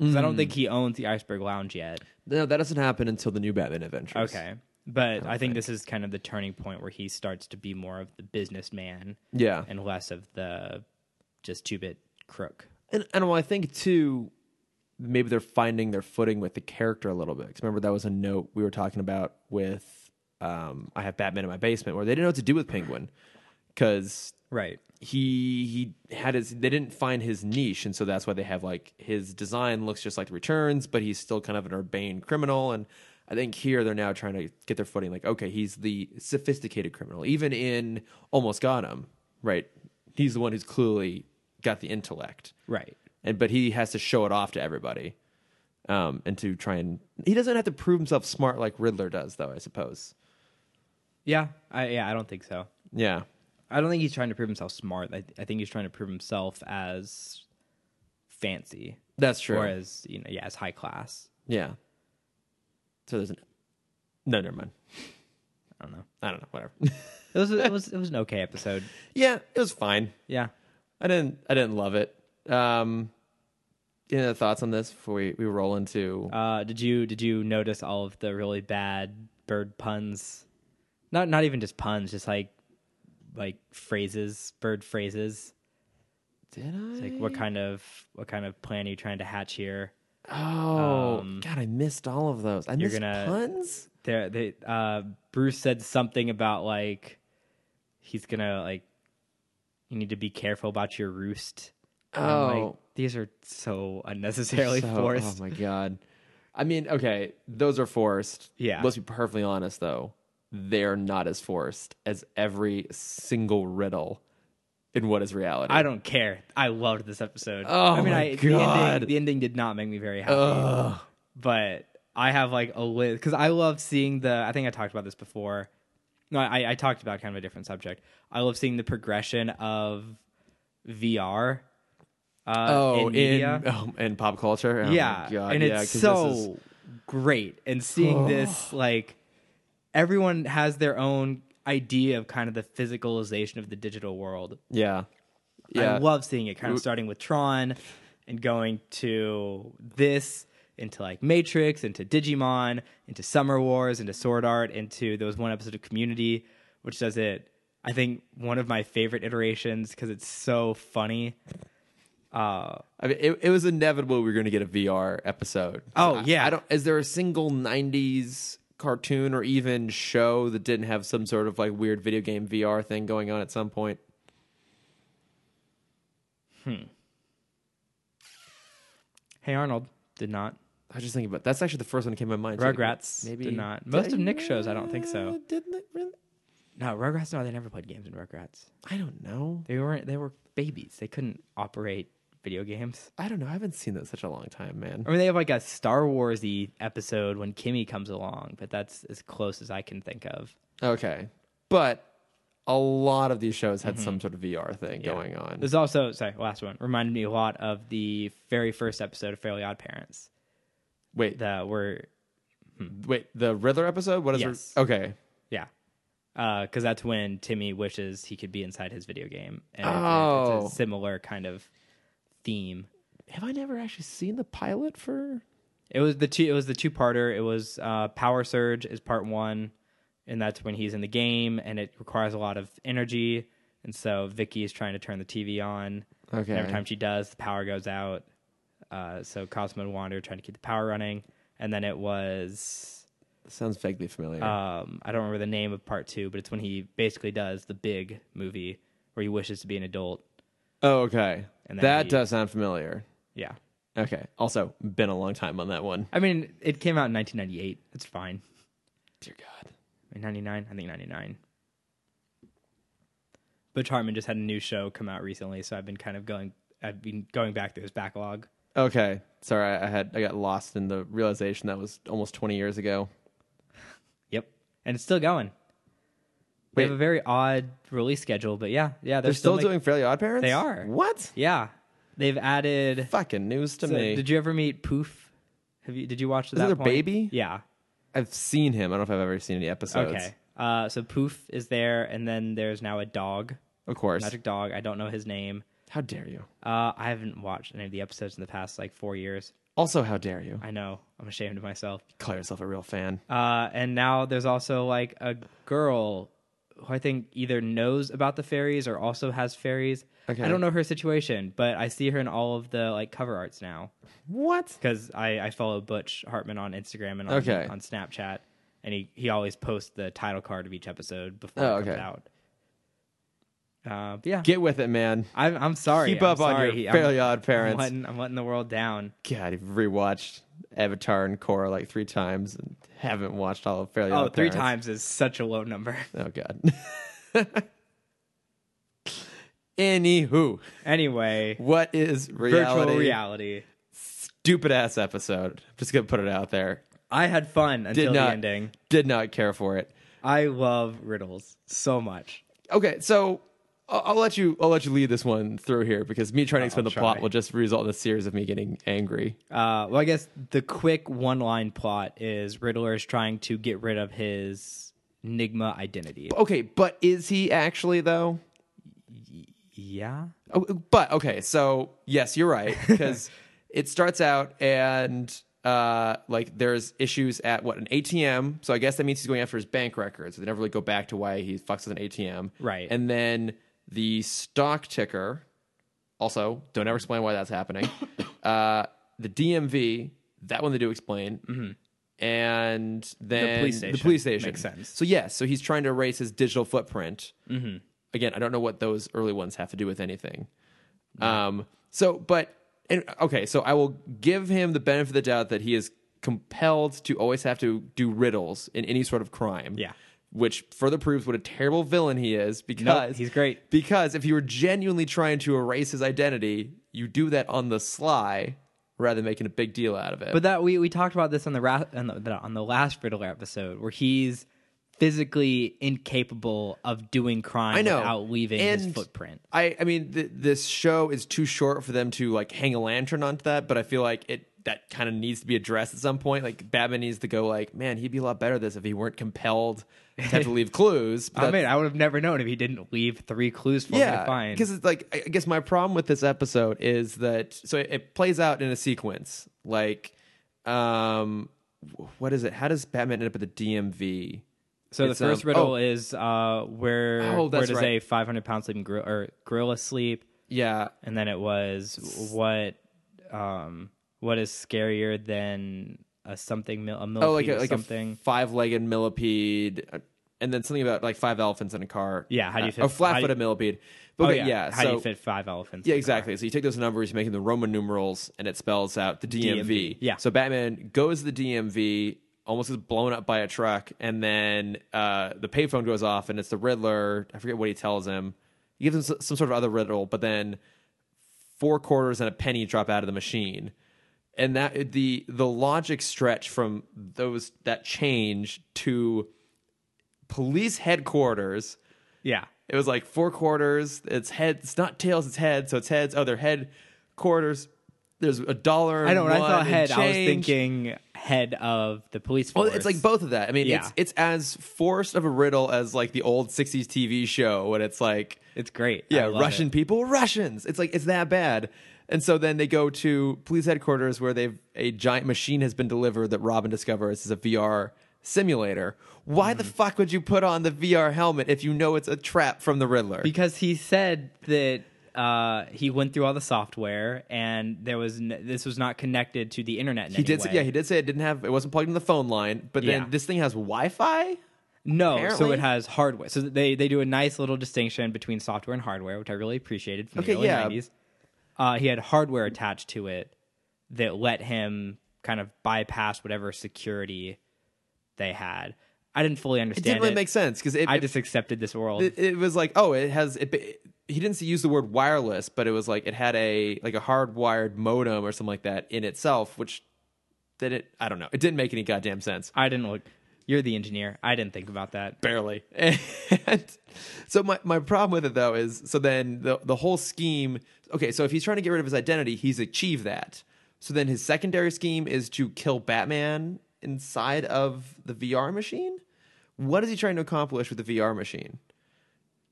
'Cause I don't think he owns the Iceberg Lounge yet.
No, that doesn't happen until the new Batman Adventures.
Okay. But I, think this is kind of the turning point where he starts to be more of the businessman
Yeah.
and less of the just two bit crook.
And, and well, I think too, maybe they're finding their footing with the character a little bit. 'Cause remember that was a note we were talking about with um, I have Batman in my basement, where they didn't know what to do with Penguin because
Right.
he he had his they didn't find his niche, and so that's why they have like his design looks just like the returns, but he's still kind of an urbane criminal and. I think here they're now trying to get their footing. Like, okay, he's the sophisticated criminal. Even in Almost Got Him, right? He's the one who's clearly got the intellect
Right.
and but he has to show it off to everybody um and to try and he doesn't have to prove himself smart like riddler does though i suppose
Yeah. I yeah, I don't think so.
yeah
I don't think he's trying to prove himself smart. I, I think he's trying to prove himself as fancy
that's true
or as you know, yeah, as high class.
yeah so there's an no never mind
I don't know.
i don't know
[laughs]
whatever
It was it was it was an okay episode.
yeah it was fine
Yeah.
i didn't i didn't love it um any other thoughts on this before we, we roll into
Uh, did you did you notice all of the really bad bird puns? Not not even just puns, just like like phrases, bird phrases.
did i
Like what kind of what kind of plan are you trying to hatch here?
oh
um,
god i missed all of those i missed
gonna-
puns
there they uh Bruce said something about like he's gonna like you need to be careful about your roost. And I'm like,
Oh.
these are so unnecessarily
So-
forced.
Oh my god. I mean, okay, those are forced.
Yeah.
Let's be perfectly honest though. They're not as forced as every single riddle in what is reality.
I don't care. I loved this episode.
Oh
I mean,
my
I, The,
God.
ending, the ending did not make me very happy.
Ugh.
but I have like a list because I love seeing the. I think I talked about this before. No, I, I talked about kind of a different subject. I love seeing the progression of VR. Uh,
Oh,
in
in
media.
[laughs] oh, in pop culture. Oh my
yeah,
God.
and
yeah, 'cause
it's
this
so
is-
great.
[sighs]
And seeing this, like everyone has their own idea of kind of the physicalization of the digital world.
yeah. Yeah.
I love seeing it kind of starting with Tron and going to this into like Matrix, into Digimon, into Summer Wars, into Sword Art, into there was one episode of Community, which does it. I think one of my favorite iterations because it's so funny. Uh,
I mean, it, it was inevitable we were going to get a VR episode.
Oh,
I-
yeah.
I don't. Is there a single '90s cartoon or even show that didn't have some sort of like weird video game VR thing going on at some point?
hey Arnold did not.
I was just thinking about that's actually the first one that came to my mind. So
Rugrats did not. Most of Nick's shows, I don't think so.
Uh, Didn't it really?
No, Rugrats. No, they never played games in Rugrats.
I don't know.
They weren't. They were babies. They couldn't operate video games.
I don't know. I haven't seen that in such a long time, man.
I mean, they have like a Star Warsy episode when Kimmy comes along, but that's as close as I can think of.
Okay, but a lot of these shows had
Mm-hmm.
some sort of VR thing going on.
There's also sorry, last one reminded me a lot of the very first episode of Fairly Odd Parents.
Wait,
The where
wait, the Riddler episode. What is?
Yes.
It? Okay.
yeah, because that's when Timmy wishes he could be inside his video game, and it-
Oh.
it's a similar kind of theme.
Have I never actually seen the pilot for?
It was the two. It was the two parter. It was uh, Power Surge is part one, and that's when he's in the game, and it requires a lot of energy, and so Vicky is trying to turn the TV on.
Okay.
And every time she does, the power goes out. Uh, so Cosmo and Wander are trying to keep the power running, and then it was
Sounds vaguely familiar.
um, I don't remember the name of part two, but it's when he basically does the big movie where he wishes to be an adult.
oh, okay.
and then
That
he-
does sound familiar.
Yeah.
Okay. Also, been a long time on that one.
I mean, it came out in 1998. It's fine.
Dear God.
I mean, 99, I think 99. Butch Hartman just had a new show come out recently, so I've been kind of going. I've been going back through his backlog.
Okay. Sorry, I had I got lost in the realization that was almost 20 years ago.
Yep, and it's still going. They have
Wait.
a very odd release schedule, but yeah, yeah, they're,
They're still
mak-
doing Fairly Odd Parents.
They are.
What?
Yeah, they've added.
Fucking news to
so
me.
did you ever meet Poof? Have you? Did you watch that?
their
point?
baby? Oh,
Yeah.
I've seen him. I don't know if I've ever seen any episodes.
Okay. Uh, so Poof is there, and then there's now a dog,
Of course.
magic dog. I don't know his name.
How dare you?
Uh, I haven't watched any of the episodes in the past like four years.
Also, how dare you?
I know. I'm ashamed of myself.
Call yourself a real fan.
Uh, and now there's also like a girl who I think either knows about the fairies or also has fairies.
Okay.
I don't know her situation, but I see her in all of the like cover arts now
What?
because I, I follow Butch Hartman on Instagram and on,
Okay.
on Snapchat, and he, he always posts the title card of each episode before
Oh,
it comes
okay.
out. Uh, but yeah,
Get with it, man.
I'm I'm sorry.
Keep
I'm
up on your
sorry. [laughs] I'm-
Fairly Odd
I'm
Parents.
letting, I'm letting the world down.
God, I've rewatched Avatar and Korra like three times and haven't watched all of Fairly
Oh,
Odd
three
Parents.
times is such a low number. [laughs]
Oh God. [laughs] Anywho,
Anyway,
what is reality?
virtual reality.
Stupid ass episode. Just gonna put it out there.
I had fun
Did
until the
not
ending.
Did not care for it.
I love riddles so much.
Okay, so I'll, I'll let you. I'll let you lead this one through here because me trying to explain the plot
try.
will just result in a series of me getting angry.
Uh, well, I guess the quick one-line plot is Riddler is trying to get rid of his Enigma identity.
Okay, but is he actually though?
Yeah,
Oh, but okay, so yes, you're
[laughs]
right because it starts out and uh, like there's issues at what an ATM. So I guess that means he's going after his bank records. They never really go back to why he fucks with an ATM,
Right.
And then the stock ticker. Also, don't ever explain why that's happening.
[coughs]
uh, the DMV. That one they do explain. And then
Mm-hmm. police station.
police station.
Makes sense.
So yes, so he's trying to erase his digital footprint. Mm-hmm. Again, I don't know what those early ones have to do with anything. Um. So, but and okay, so I will give him the benefit of the doubt that he is compelled to always have to do riddles in any sort of crime.
Yeah.
Which further proves what a terrible villain he is because
he's great.
Because if you were genuinely trying to erase his identity, you do that on the sly rather than making a big deal out of it.
but that we we talked about this on the ra- on the on the last Riddler episode where he's physically incapable of doing crime
I know.
without leaving his
And
footprint.
I, I mean, th- this show is too short for them to like hang a lantern onto that, but I feel like it that kind of needs to be addressed at some point. Like Batman needs to go, like, man, he'd be a lot better at this if he weren't compelled to have to leave clues. But
I mean, I would have never known if he didn't leave three clues for me to
yeah,
find.
because it's like I I guess my problem with this episode is that so it, it plays out in a sequence. Like, um, wh- what is it? How does Batman end up at the DMV?
So the
It's, um,
first riddle
oh.
is uh, where
Oh,
where
that's
does
right.
a 500 pound sleeping gorilla, or gorilla sleep?
Yeah,
And then it was what um, what is scarier than a something mil- a millipede
oh, like a,
or
like
something?
a five-legged millipede, uh, and then something about like five elephants in a car.
Yeah, how do you
Uh,
fit-
Or
how
flat-footed
do
millipede. But
oh
okay, yeah,
how
so,
do you fit five elephants?
Yeah,
in a car?
exactly. So you take those numbers, you make them the Roman numerals, and it spells out the DMV.
DMV, yeah.
So Batman goes to the DMV, almost is blown up by a truck, and then uh, the payphone goes off, and it's the Riddler. I forget what he tells him. He gives him s- some sort of other riddle, but then four quarters and a penny drop out of the machine. And that the the logic stretch from those that change to police headquarters
Yeah,
it was like four quarters. It's head. It's not tails. It's head. So it's heads. Oh, they're head quarters. There's a dollar.
I know. When I
one
saw
and
head, I was
change.
thinking head of the police
Well,
force.
it's like both of that. I mean,
Yeah.
it's it's as forced of a riddle as like the old '60s TV show when it's like,
it's great. I
yeah,
love
Russian
it.
people, Russians. It's like it's that bad. And so then they go to police headquarters where they've a giant machine has been delivered that Robin discovers is a VR simulator. Why
Mm-hmm.
the fuck would you put on the VR helmet if you know it's a trap from the Riddler?
because he said that uh, he went through all the software and there was n- this was not connected to the internet. In
He did. Say,
Way.
yeah, he did say it didn't have. It wasn't plugged in the phone line. But then
Yeah.
this thing has Wi-Fi.
No, so
Apparently.
it has hardware. So they they do a nice little distinction between software and hardware, which I really appreciated from
Okay,
the early
yeah.
nineties. uh, he had hardware attached to it that let him kind of bypass whatever security they had. I didn't fully
It
understand it.
didn't really make sense because it,
I
it,
just accepted this world.
it, it was like, oh, it has. It, it, he didn't use the word wireless, but it was like it had a like a hardwired modem or something like that in itself, which did it. I don't know. It didn't make any goddamn sense.
I didn't look. You're the engineer. I didn't think about that.
barely. [laughs] And so my, my problem with it though is so then the the whole scheme. Okay, so if he's trying to get rid of his identity, he's achieved that. So then his secondary scheme is to kill Batman inside of the VR machine. What is he trying to accomplish with the VR machine?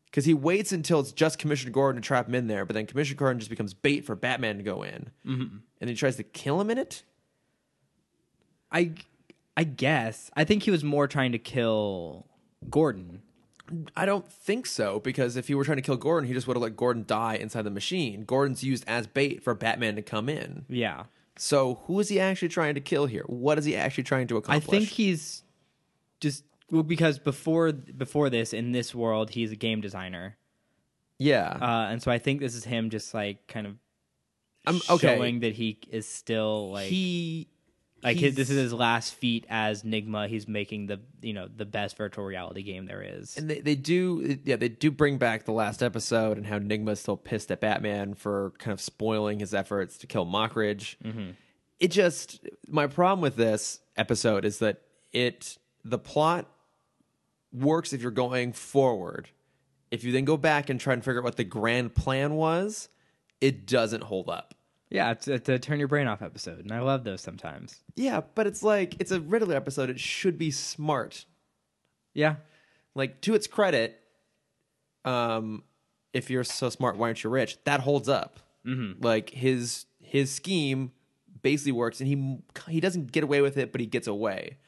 Because he waits until it's just Commissioner Gordon to trap him in there, but then Commissioner Gordon just becomes bait for Batman to go in, mm-hmm. and then he tries to kill him in it.
I I guess. I think he was more trying to kill Gordon.
I don't think so because if he were trying to kill Gordon, he just would have let Gordon die inside the machine. Gordon's used as bait for Batman to come in.
Yeah.
So who is he actually trying to kill here? What is he actually trying to
I
accomplish?
think he's just well because before before this in this world he's a game designer.
yeah.
Uh and so I think this is him just like kind of
I'm- Um, okay.
showing that he is still like
he
like his, this
he's-
is his last feat as Nigma. He's making the you know the best virtual reality game there is.
and they, they do yeah they do bring back the last episode and how Nigma's still pissed at Batman for kind of spoiling his efforts to kill Mockridge. It just my problem with this episode is that it the plot works if you're going forward. If you then go back and try and figure out what the grand plan was, it doesn't hold up.
yeah, it's, it's a turn your brain off episode, and I love those sometimes.
Yeah, but it's like it's a Riddler episode. It should be smart.
Yeah,
like to its credit um if you're so smart why aren't you rich that holds up mm-hmm. like his his scheme basically works and he he doesn't get away with it but he gets away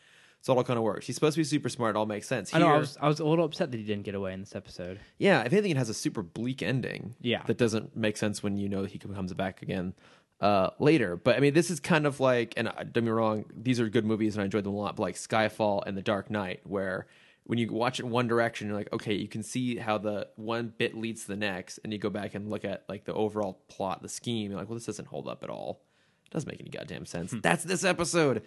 so it all kind of works he's supposed to be super smart it all makes sense
I know. I
Here-
was I was a little upset that he didn't get away in this episode.
yeah if anything it has a super bleak ending
Yeah.
that doesn't make sense when you know he comes back again uh later but i mean this is kind of like and uh, don't get me wrong these are good movies and i enjoyed them a lot but like skyfall and the dark knight where when you watch it one direction you're like okay you can see how the one bit leads to the next and you go back and look at like the overall plot the scheme you're like well this doesn't hold up at all it doesn't make any goddamn sense
Hmm.
that's this episode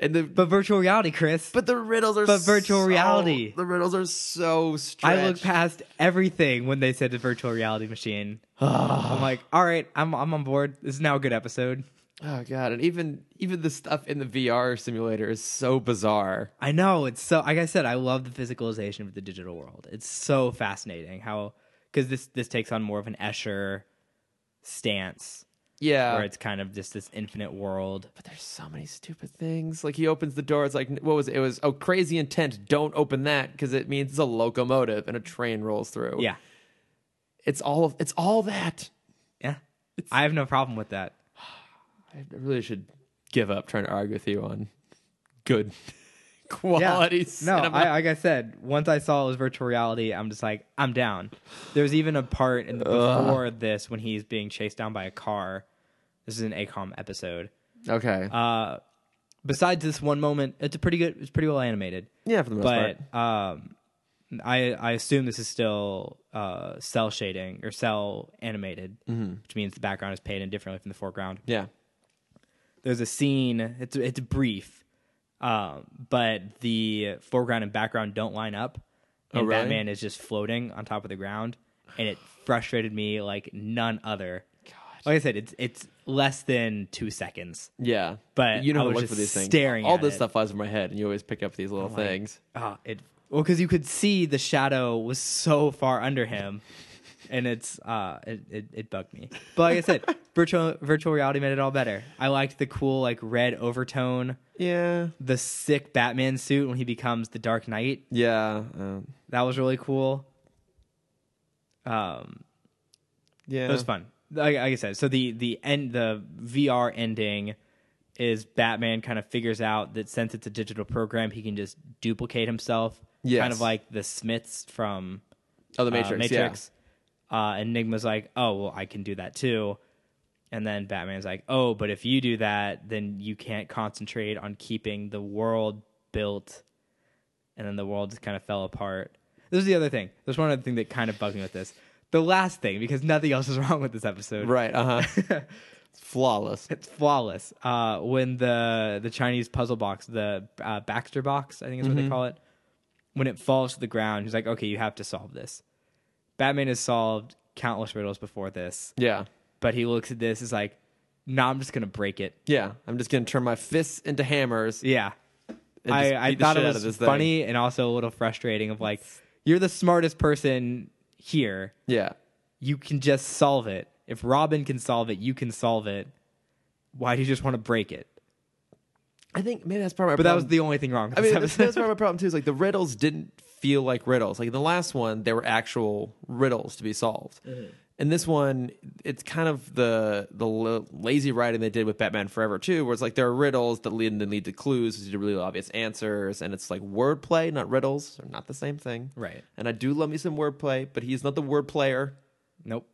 and the but,
But virtual reality, Chris.
the riddles are
But virtual
so-
reality.
the riddles are so stretched.
I looked past everything when they said the virtual reality machine. I'm like, all right, I'm I'm on board. This is now a good episode.
Oh god, and even even the stuff in the VR simulator is so bizarre.
I know it's so. Like I said, I love the physicalization of the digital world. It's so fascinating how because this this takes on more of an Escher stance
Yeah.
where it's kind of just this infinite world.
But there's so many stupid things. Like he opens the door, it's like what was it? It was oh crazy intent, don't open that because it means it's a locomotive and a train rolls through.
Yeah,
It's all of it's all that.
yeah. I have no problem with that.
I really should give up trying to argue with you on good [laughs] quality
No,
cinema.
I, like I said, once I saw it was virtual reality, I'm just like, I'm down. There's even a part in the, before this when he's being chased down by a car. This is an ACOM episode.
okay.
Uh, besides this one moment, it's a pretty good. It's pretty well animated.
yeah, for the most part.
but um, I I assume this is still uh, cell shading or cell animated,
Mm-hmm.
which means the background is painted differently from the foreground
Yeah.
there's a scene it's it's brief um but the foreground and background don't line up and
really?
batman is just floating on top of the ground and it frustrated me like none other like i said it's it's less than two seconds
Yeah.
But
you know
I
how to
was
look
just
for these things.
staring
all
at
this
it.
stuff flies in my head and you always pick up these little things.
Ah, it well because you could see the shadow was so far under him and it's uh it, it, it bugged me but like i said virtual virtual reality made it all better i liked the cool like red overtone
yeah.
the sick Batman suit when he becomes the Dark Knight.
Yeah. Um,
That was really cool. Um,
yeah.
it was fun. Like, like I said, so the the end the VR ending is Batman kind of figures out that since it's a digital program, he can just duplicate himself, kind
Yes.
of like the Smiths from
Oh, the
uh,
Matrix.
Matrix. Uh, and Nigma's like, oh well, I can do that too. And then Batman's like, oh, but if you do that, then you can't concentrate on keeping the world built. And then the world just kind of fell apart. This is the other thing. There's one other thing that kind of bugged me with this. the last thing because nothing else is [laughs] wrong with this episode.
Right. Uh huh. [laughs] Flawless.
It's flawless. Uh, when the the Chinese puzzle box, the uh, Baxter box, I think is what
Mm-hmm.
they call it, when it falls to the ground, he's like, "Okay, you have to solve this." Batman has solved countless riddles before this,
Yeah.
but he looks at this is like, "No, I'm just gonna break it."
Yeah. I'm just gonna turn my fists into hammers.
Yeah,
And just
I, I
beat the
thought
shit
it
out
was
of this thing.
funny and also a little frustrating. Of like, you're the smartest person here.
Yeah.
you can just solve it. If Robin can solve it, you can solve it. Why do you just want to break it?
I think maybe that's part of my
But that
problem.
was the only thing wrong. With
Um, I
this
mean, that's,
[laughs] episode.
that's part of my problem too. Is like the riddles didn't feel like riddles. Like in the last one, there were actual riddles to be solved. In this one, it's kind of the the l- lazy writing they did with Batman Forever too, where it's like there are riddles that lead and then lead to clues, which are really obvious answers, and it's like wordplay, not riddles. They're not the same thing,
Right.
And I do love me some wordplay, but he's not the word player.
nope.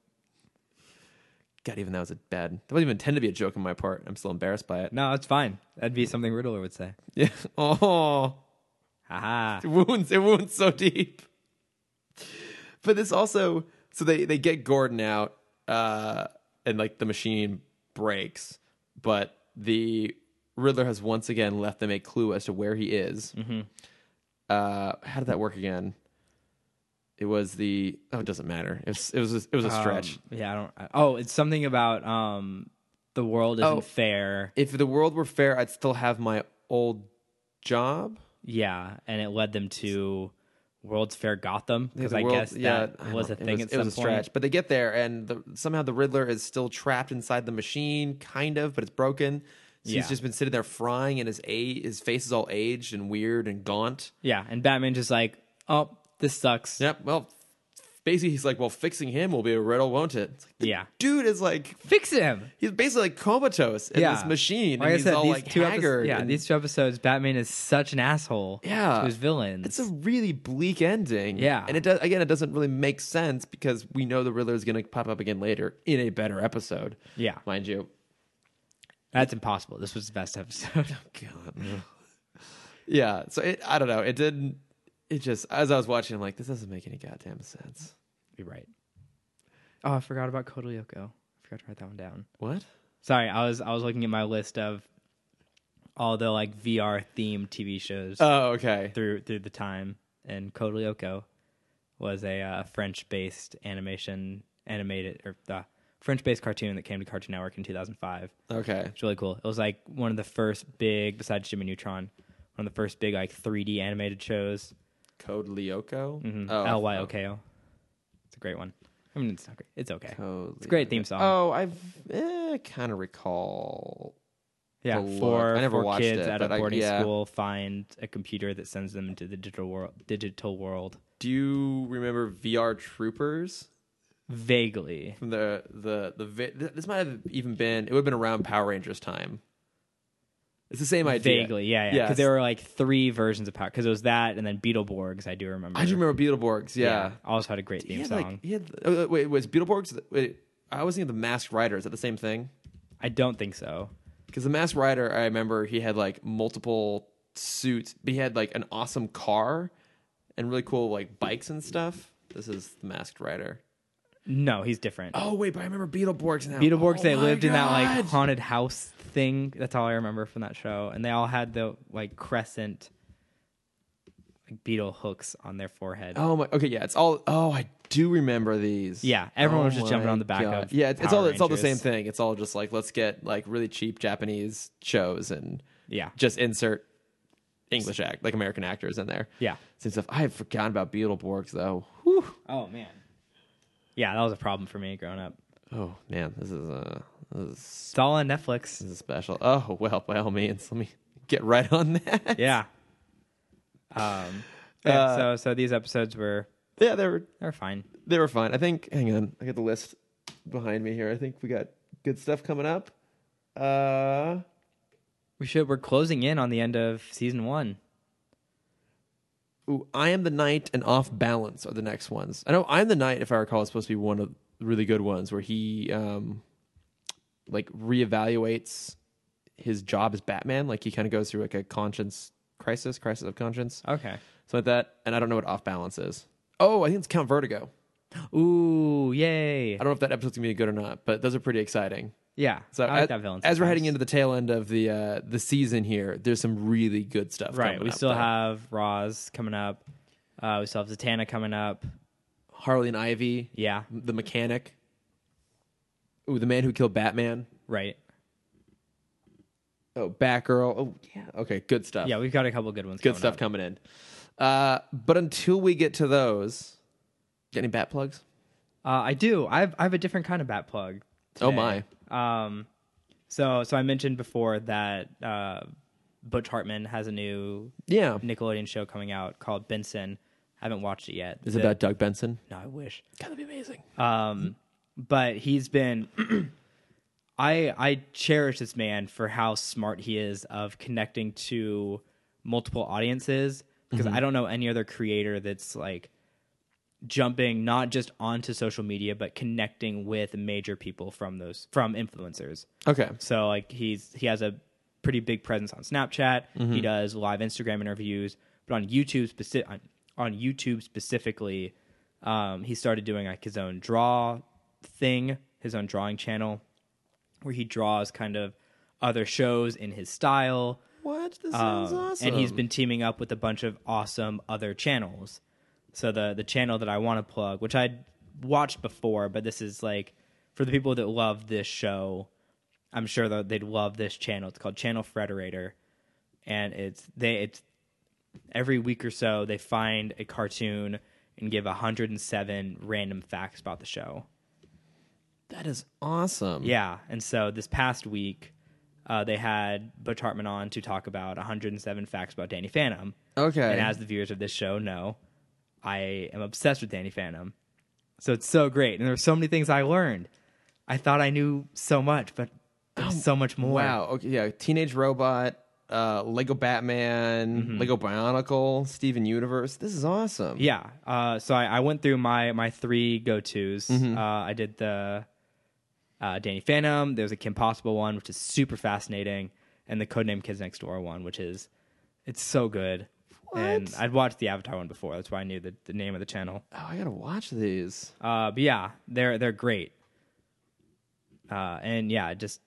God, even that was a bad. That wasn't even intended to be a joke on my part. I'm still embarrassed by it.
No, it's fine. That'd be something Riddler would say.
Yeah. [laughs] Oh.
Haha.
It wounds it wounds so deep. But this also so they they get Gordon out uh and like the machine breaks, but the Riddler has once again left them a clue as to where he is. Uh how did that work again? It was the oh it doesn't matter. It was it was a, it was a stretch.
Um, yeah, I don't. I- oh, it's something about um, the world isn't
Oh.
fair.
If the world were fair, I'd still have my old job.
Yeah, and it led them to World's Fair Gotham because
the
I
world-
guess that
I
was a
don't-
thing
It was,
at some
it was a
point.
stretch, but they get there, and the, somehow the Riddler is still trapped inside the machine, kind of, but it's broken. So
Yeah.
He's just been sitting there frying, and his a his face is all aged and weird and gaunt.
Yeah, and Batman just like, oh, this sucks.
Yep. Well, basically, he's like, well, fixing him will be a riddle, won't it? It's like, the
Yeah,
Dude is like
fix him.
he's basically like comatose in this machine,
Like
and
I
he's
said,
all
these
like
two episo-
haggard.
yeah,
and
these two episodes, Batman is such an asshole.
Yeah.
to his villains.
it's a really bleak ending.
Yeah.
and it does again. It doesn't really make sense because we know the Riddler is going to pop up again later in a better episode.
yeah,
mind you.
that's impossible. This was the best episode. [laughs]
God. yeah. So it, I don't know. It didn't. It just as I was watching, I'm like, this doesn't make any goddamn sense.
You're right. Oh, I forgot about Kodoyoko. I forgot to write that one down.
What?
Sorry, I was I was looking at my list of all the like VR themed TV shows
Oh, okay.
through through the time, and Kodoyoko was a uh, French based animation animated or the French based cartoon that came to Cartoon Network in 2005.
Okay.
It's really cool. It was like one of the first big, besides Jimmy Neutron, one of the first big like 3D animated shows.
Code Lyoko. Oh,
Mm-hmm. L Y O K O. It's a great one. I mean, it's not great. It's okay.
Code
It's a great
Lyoko.
theme song.
Oh, I've eh, kind of recall.
yeah,
the
four,
look. I never
four
watched
kids
it,
out of
but I-
boarding
yeah.
school find a computer that sends them into the digital world. Digital world.
Do you remember VR Troopers?
Vaguely,
From the the the vi- th- this might have even been it would have been around Power Rangers time. It's the same idea.
vaguely, yeah, yeah. Because
Yes.
there were like three versions of Power. Because it was that, and then Beetleborgs. I do remember.
I do remember Beetleborgs. yeah.
also had a great
he
theme
had,
song.
Like, he had, oh, wait, was Beetleborgs? Wait, I always think of the Masked Rider. Is that the same thing?
I don't think so.
Because the Masked Rider, I remember he had like multiple suits. But he had like an awesome car and really cool like bikes and stuff. This is the Masked Rider.
No, he's different.
Oh wait, but I remember Beetleborgs now.
Beetleborgs,
Oh
they
my
lived in that like
God.
haunted house thing. That's all I remember from that show. And they all had the like crescent like beetle hooks on their forehead.
Oh my. Okay, yeah, it's all. Oh, I do remember these.
Yeah, everyone
Oh
was just jumping
my
on the back
God.
of
Yeah, it's, it's
Power
all. It's all the same
Rangers.
thing. It's all just like let's get like really cheap Japanese shows and
Yeah.
just insert English act like American actors in there.
Yeah.
Same stuff. I had forgotten about Beetleborgs though. Whew.
Oh man. Yeah, that was a problem for me growing up.
Oh man, this is uh, this is,
It's all on
[laughs]
Netflix.
this is special. Oh well, by all means, let me get right on [laughs] that.
Yeah. Um yeah,
Uh,
so so these episodes were
yeah, they were
they were fine.
they were fine. I think. Hang on, I got the list behind me here. I think we got good stuff coming up. Uh,
We should we're closing in on the end of season one.
ooh, I am the knight and off balance are the next ones. I know I'm the knight, if I recall, is supposed to be one of the really good ones where he um like reevaluates his job as Batman. Like he kind of goes through like a conscience crisis, crisis of conscience,
Okay.
something like that. And I don't know what off balance is. Oh, I think it's Count Vertigo.
Ooh, yay!
I don't know if that episode's gonna be good or not, but those are pretty exciting.
Yeah,
So
I like
as,
that villain.
as we're heading
sometimes.
into the tail end of the uh, the season here, there's some really good stuff.
right,
coming
we
up, uh,
still
though.
have Roz coming up. Uh, we still have Zatanna coming up.
Harley and Ivy,
Yeah,
the mechanic, ooh, the man who killed Batman.
right.
Oh, Batgirl. Oh, yeah. Okay, good stuff.
Yeah, we've got a couple good ones.
good
coming
stuff
up.
coming in. Uh, but until we get to those, got any bat plugs?
Uh, I do. I have I have a different kind of bat plug.
Oh,
today. Um, so so I mentioned before that uh, Butch Hartman has a new
Yeah.
Nickelodeon show coming out called Benson. I haven't watched it yet.
Is
The-
it about Doug Benson?
No, I wish.
Gotta be amazing.
Um, but he's been. [clears throat] I I cherish this man for how smart he is of connecting to multiple audiences because
Mm-hmm.
I don't know any other creator that's like jumping not just onto social media but connecting with major people from those from influencers.
Okay.
So like he's he has a pretty big presence on Snapchat. He does live Instagram interviews, but on YouTube specific on, on YouTube specifically, um, he started doing like his own draw thing, his own drawing channel, where he draws kind of other shows in his style.
What? This
Um, And he's been teaming up with a bunch of awesome other channels. So the the channel that I want to plug, which I'd watched before, but this is like for the people that love this show, I'm sure that they'd love this channel. It's called Channel Frederator, and it's they it's every week or so they find a cartoon and give 107 random facts about the show.
That is awesome.
Yeah, and so this past week, uh, they had Butch Hartman on to talk about 107 facts about Danny Phantom.
Okay.
And as the viewers of this show know, I am obsessed with Danny Phantom. So it's so great, and there were so many things I learned. I thought I knew so much, but there's so much more.
Oh, Wow. Okay. Yeah. Teenage Robot, uh, Lego Batman, Lego Bionicle, Steven Universe. This is awesome.
Mm-hmm. Yeah. Uh, so I, I went through my my three go tos.
Mm-hmm.
Uh, I did the uh, Danny Phantom. There's a Kim Possible one, which is super fascinating, and the Codename Kids Next Door one, which is it's so good. And I'd watched the Avatar one before. That's why I knew the, the name of the channel.
Oh, I gotta watch these.
Uh, but yeah, they're they're great. Uh, and yeah, just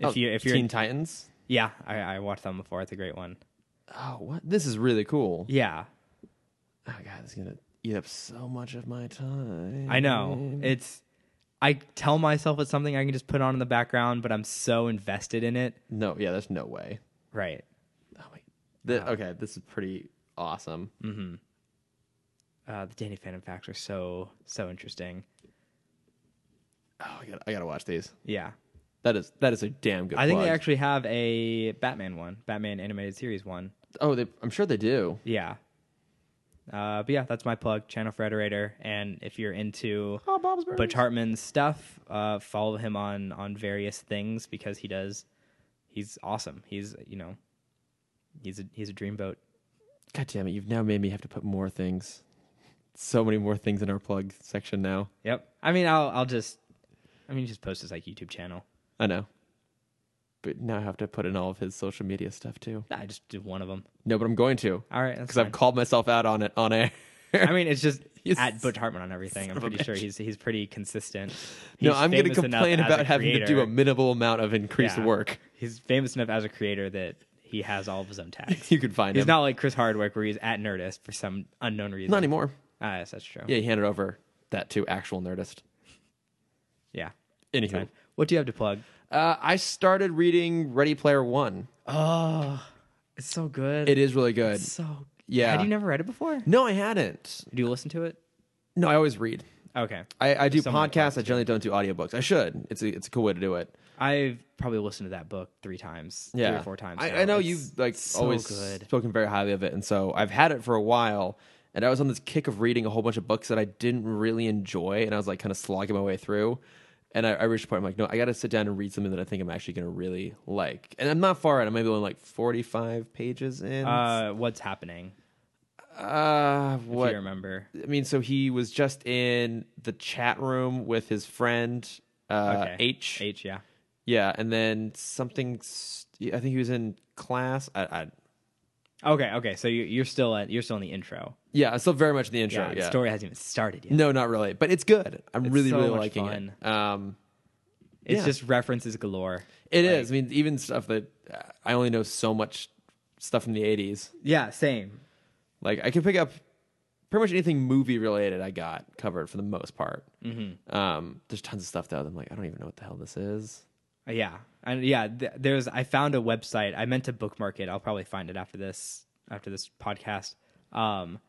if
oh,
you if you're
Teen Titans.
yeah, I, I watched them before. It's a great one.
Oh, what? This is really cool.
Yeah,
Oh god, it's gonna eat up so much of my time.
I know.
Mm-hmm.
It's I tell myself it's something I can just put on in the background, but I'm so invested in it.
No. Yeah. There's no way.
Right.
Oh my. Th- Okay. This is pretty awesome.
Mm. Uh, the Danny Phantom facts are so so interesting.
Oh, I gotta, I gotta watch these.
Yeah.
That is that is a damn good.
I think they
plug.
actually have a Batman one, Batman animated series one.
Oh, they, I'm sure they do.
Yeah. Uh, but yeah, that's my plug, Channel Frederator. And if you're into
Oh, Bob's
Butch Hartman's stuff, uh, follow him on on various things because he does. He's awesome. He's you know, he's a he's a dreamboat.
God damn it! You've now made me have to put more things. So many more things in our plug section now.
Yep. I mean, I'll I'll just, I mean, just post his like YouTube channel.
I know. But now I have to put in all of his social media stuff too.
I just did one of them.
No, but I'm going to
All right, that's
because I've
fine.
called myself out on it on air. [laughs]
I mean, it's just
You
at Butch Hartman on everything. I'm
of a
pretty sure
bitch.
he's he's pretty consistent.
no,
He's
I'm going to
famous enough
complain
as a
about having to do a
creator-
minimal amount of increased
Yeah.
work. [laughs]
He's famous enough as a creator that he has all of his own tags.
You can find [laughs]
he's
him.
not like Chris Hardwick, where he's at Nerdist for some unknown reason.
Not anymore.
Ah, yes, that's true.
Yeah, he handed over that to actual Nerdist.
Yeah.
Anywho,
What do you have to plug?
uh, I started reading Ready Player One.
Oh, it's so good.
It is really good.
so
Yeah.
Had you never read it before?
No, I hadn't.
Do you listen to it?
No, I always read.
Okay.
I, I do
Someone
podcasts. I generally don't do audiobooks. I should. It's a, it's a cool way to do it.
I've probably listened to that book three times,
yeah.
three or four times. now.
I, I know
It's
you've like
so
always
good.
spoken very highly of it, and so I've had it for a while. And I was on this kick of reading a whole bunch of books that I didn't really enjoy, and I was like kind of slogging my way through. And I, I reached a point I'm like, no, I got to sit down and read something that I think I'm actually going to really like. And I'm not far in. I'm maybe only like 45 pages in.
Uh, what's happening?
Uh,
What? If
what?
you remember?
I mean, so he was just in the chat room with his friend uh,
Okay.
H.
H, yeah.
Yeah, and then something. s- I think he was in class. I, I
Okay, okay. So you, you're still at you're still in the intro.
Yeah, I'm still very much in the intro.
the
yeah.
story hasn't even started yet.
No, not really, but it's good. I'm really,
so
really
much
liking it. Um,
it's
yeah.
just references galore.
it is. I mean, even stuff that uh, I only know so much stuff from the '80s.
Yeah, same.
Like I can pick up pretty much anything movie related. I got covered for the most part. Mm-hmm. Um, there's tons of stuff though. That I'm like, I don't even know what the hell this is.
Yeah, and yeah, th- there's. I found a website. I meant to bookmark it. I'll probably find it after this after this podcast. Um,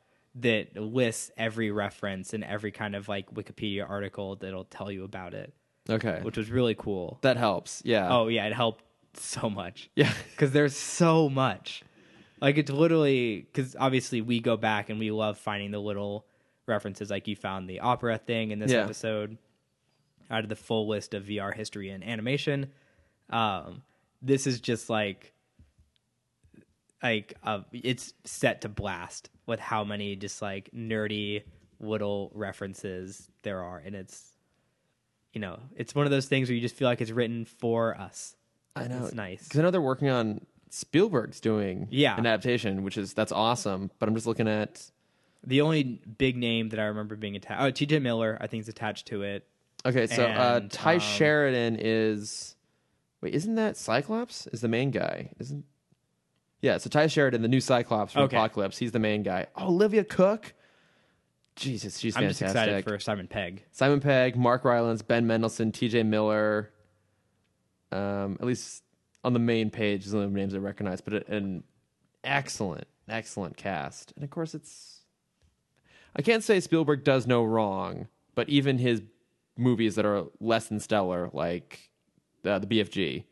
that lists every reference and every kind of like Wikipedia article that'll tell you about it,
Okay,
which was really cool.
that helps. Yeah.
Oh yeah, it helped so much.
Yeah.
because there's so much. Like it's literally because obviously we go back and we love finding the little references. Like you found the opera thing in this
Yeah.
episode. Out of the full list of VR history and animation, um, this is just like like uh, it's set to blast with how many just like nerdy little references there are, and it's you know it's one of those things where you just feel like it's written for us.
I know.
It's nice.
Because I know they're working on Spielberg's doing
Yeah.
an adaptation, which is that's awesome. But I'm just looking at
The only big name that I remember being attached, oh, T.J. Miller, I think is attached to it.
okay, so uh,
And,
Ty
um,
Sheridan is wait, isn't that Cyclops? Is the main guy? Isn't yeah? So Ty Sheridan, the new Cyclops from
Okay.
Apocalypse, he's the main guy. Oh, Olivia Cook. Jesus, she's
I'm just
fantastic.
excited for Simon Pegg.
Simon Pegg, Mark Rylance, Ben Mendelsohn, T.J. Miller. Um, at least on the main page, there's only names I recognize, but a- an excellent, excellent cast. And of course, it's I can't say Spielberg does no wrong, but even his movies that are less than stellar, like uh, the BFG,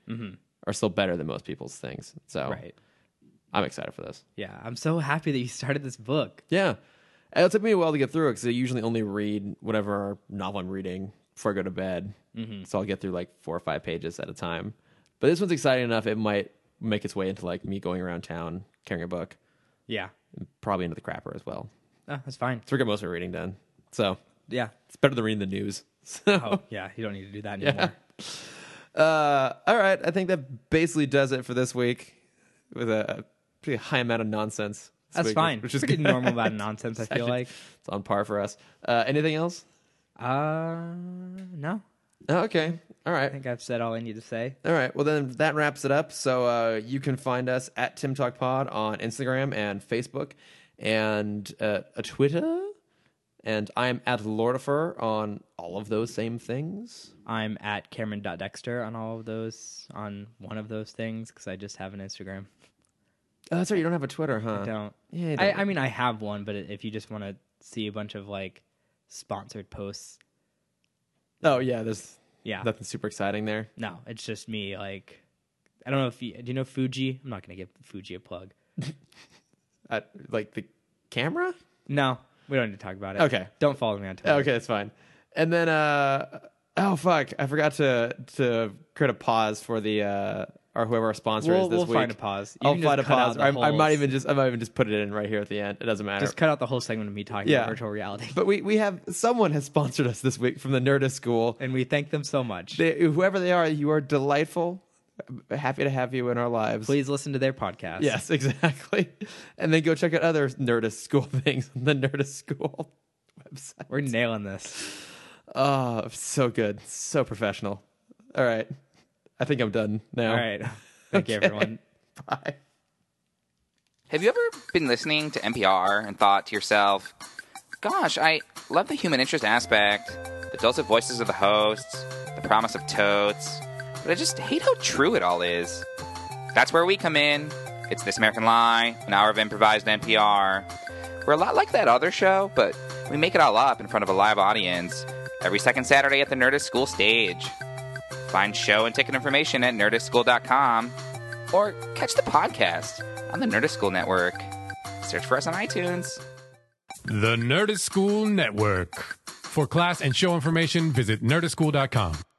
are still better than most people's things. So
Right.
I'm excited for this.
Yeah. I'm so happy that you started this book.
Yeah. And It took me a while to get through it because I usually only read whatever novel I'm reading before I go to bed.
Mm-hmm.
So I'll get through like four or five pages at a time. But this one's exciting enough, it might make its way into like me going around town carrying a book,
Yeah.
probably into the crapper as well.
Oh, that's fine.
So we get most of my reading done. So
Yeah.
it's better than reading the news. [laughs] So,
Oh, yeah. You don't need to do
[laughs]
that anymore.
uh, all right. I think that basically does it for this week with a a pretty high amount of nonsense. this
That's
week,
fine.
Which is
pretty
good. [laughs]
normal amount of nonsense, I feel like.
It's on par for us. Uh, anything else?
Uh, no.
Oh, okay. All right.
I think I've said all I need to say.
All right. Well, then that wraps it up. So uh, you can find us at Tim Talk Pod on Instagram and Facebook and uh, a Twitter. And I'm at Lordifer on all of those same things.
I'm at Cameron.dexter on all of those, on one of those things, because I just have an Instagram.
Oh, that's right. You don't have a Twitter, huh?
don't.
Yeah, you
I,
don't.
I mean, I have one, but if you just want to see a bunch of like sponsored posts,
Oh, yeah. There's
yeah,
nothing super exciting there.
no, it's just me. Like, I don't know if you do you know Fuji. I'm not gonna give Fuji a plug.
Uh, like the camera?
No, we don't need to talk about it.
Okay.
don't follow me on Twitter.
Okay, that's fine. And then, uh, oh, fuck. I forgot to to create a pause for the, uh, or whoever our sponsor
we'll,
is this
we'll
week.
find a pause. You
I'll
can just
find a
cut out
pause.
the
Or I, I
whole-
might even just I might even just put it in right here at the end. It doesn't matter.
just cut out the whole segment of me talking
Yeah.
about virtual reality.
but we we have someone has sponsored us this week from the Nerdist School.
and we thank them so much.
They, whoever they are, you are delightful. Happy to have you in our lives.
Please listen to their podcast.
Yes, [laughs] exactly. And then go check out other Nerdist School [laughs] things on the Nerdist School [laughs] website.
we're nailing this.
Oh, so good, so professional. All right, I think I'm done now.
All right, thank [laughs] you,
Okay.
everyone.
bye.
Have you ever been listening to NPR and thought to yourself, gosh, I love the human interest aspect, the dulcet voices of the hosts, the promise of totes, but I just hate how true it all is? That's where we come in. It's This American Lie, an hour of improvised NPR. We're a lot like that other show, but we make it all up in front of a live audience every second Saturday at the Nerdist School stage. Find show and ticket information at nerdistschool.com or catch the podcast on the Nerdist School Network. Search for us on iTunes.
The Nerdist School Network. For class and show information, visit nerdistschool.com.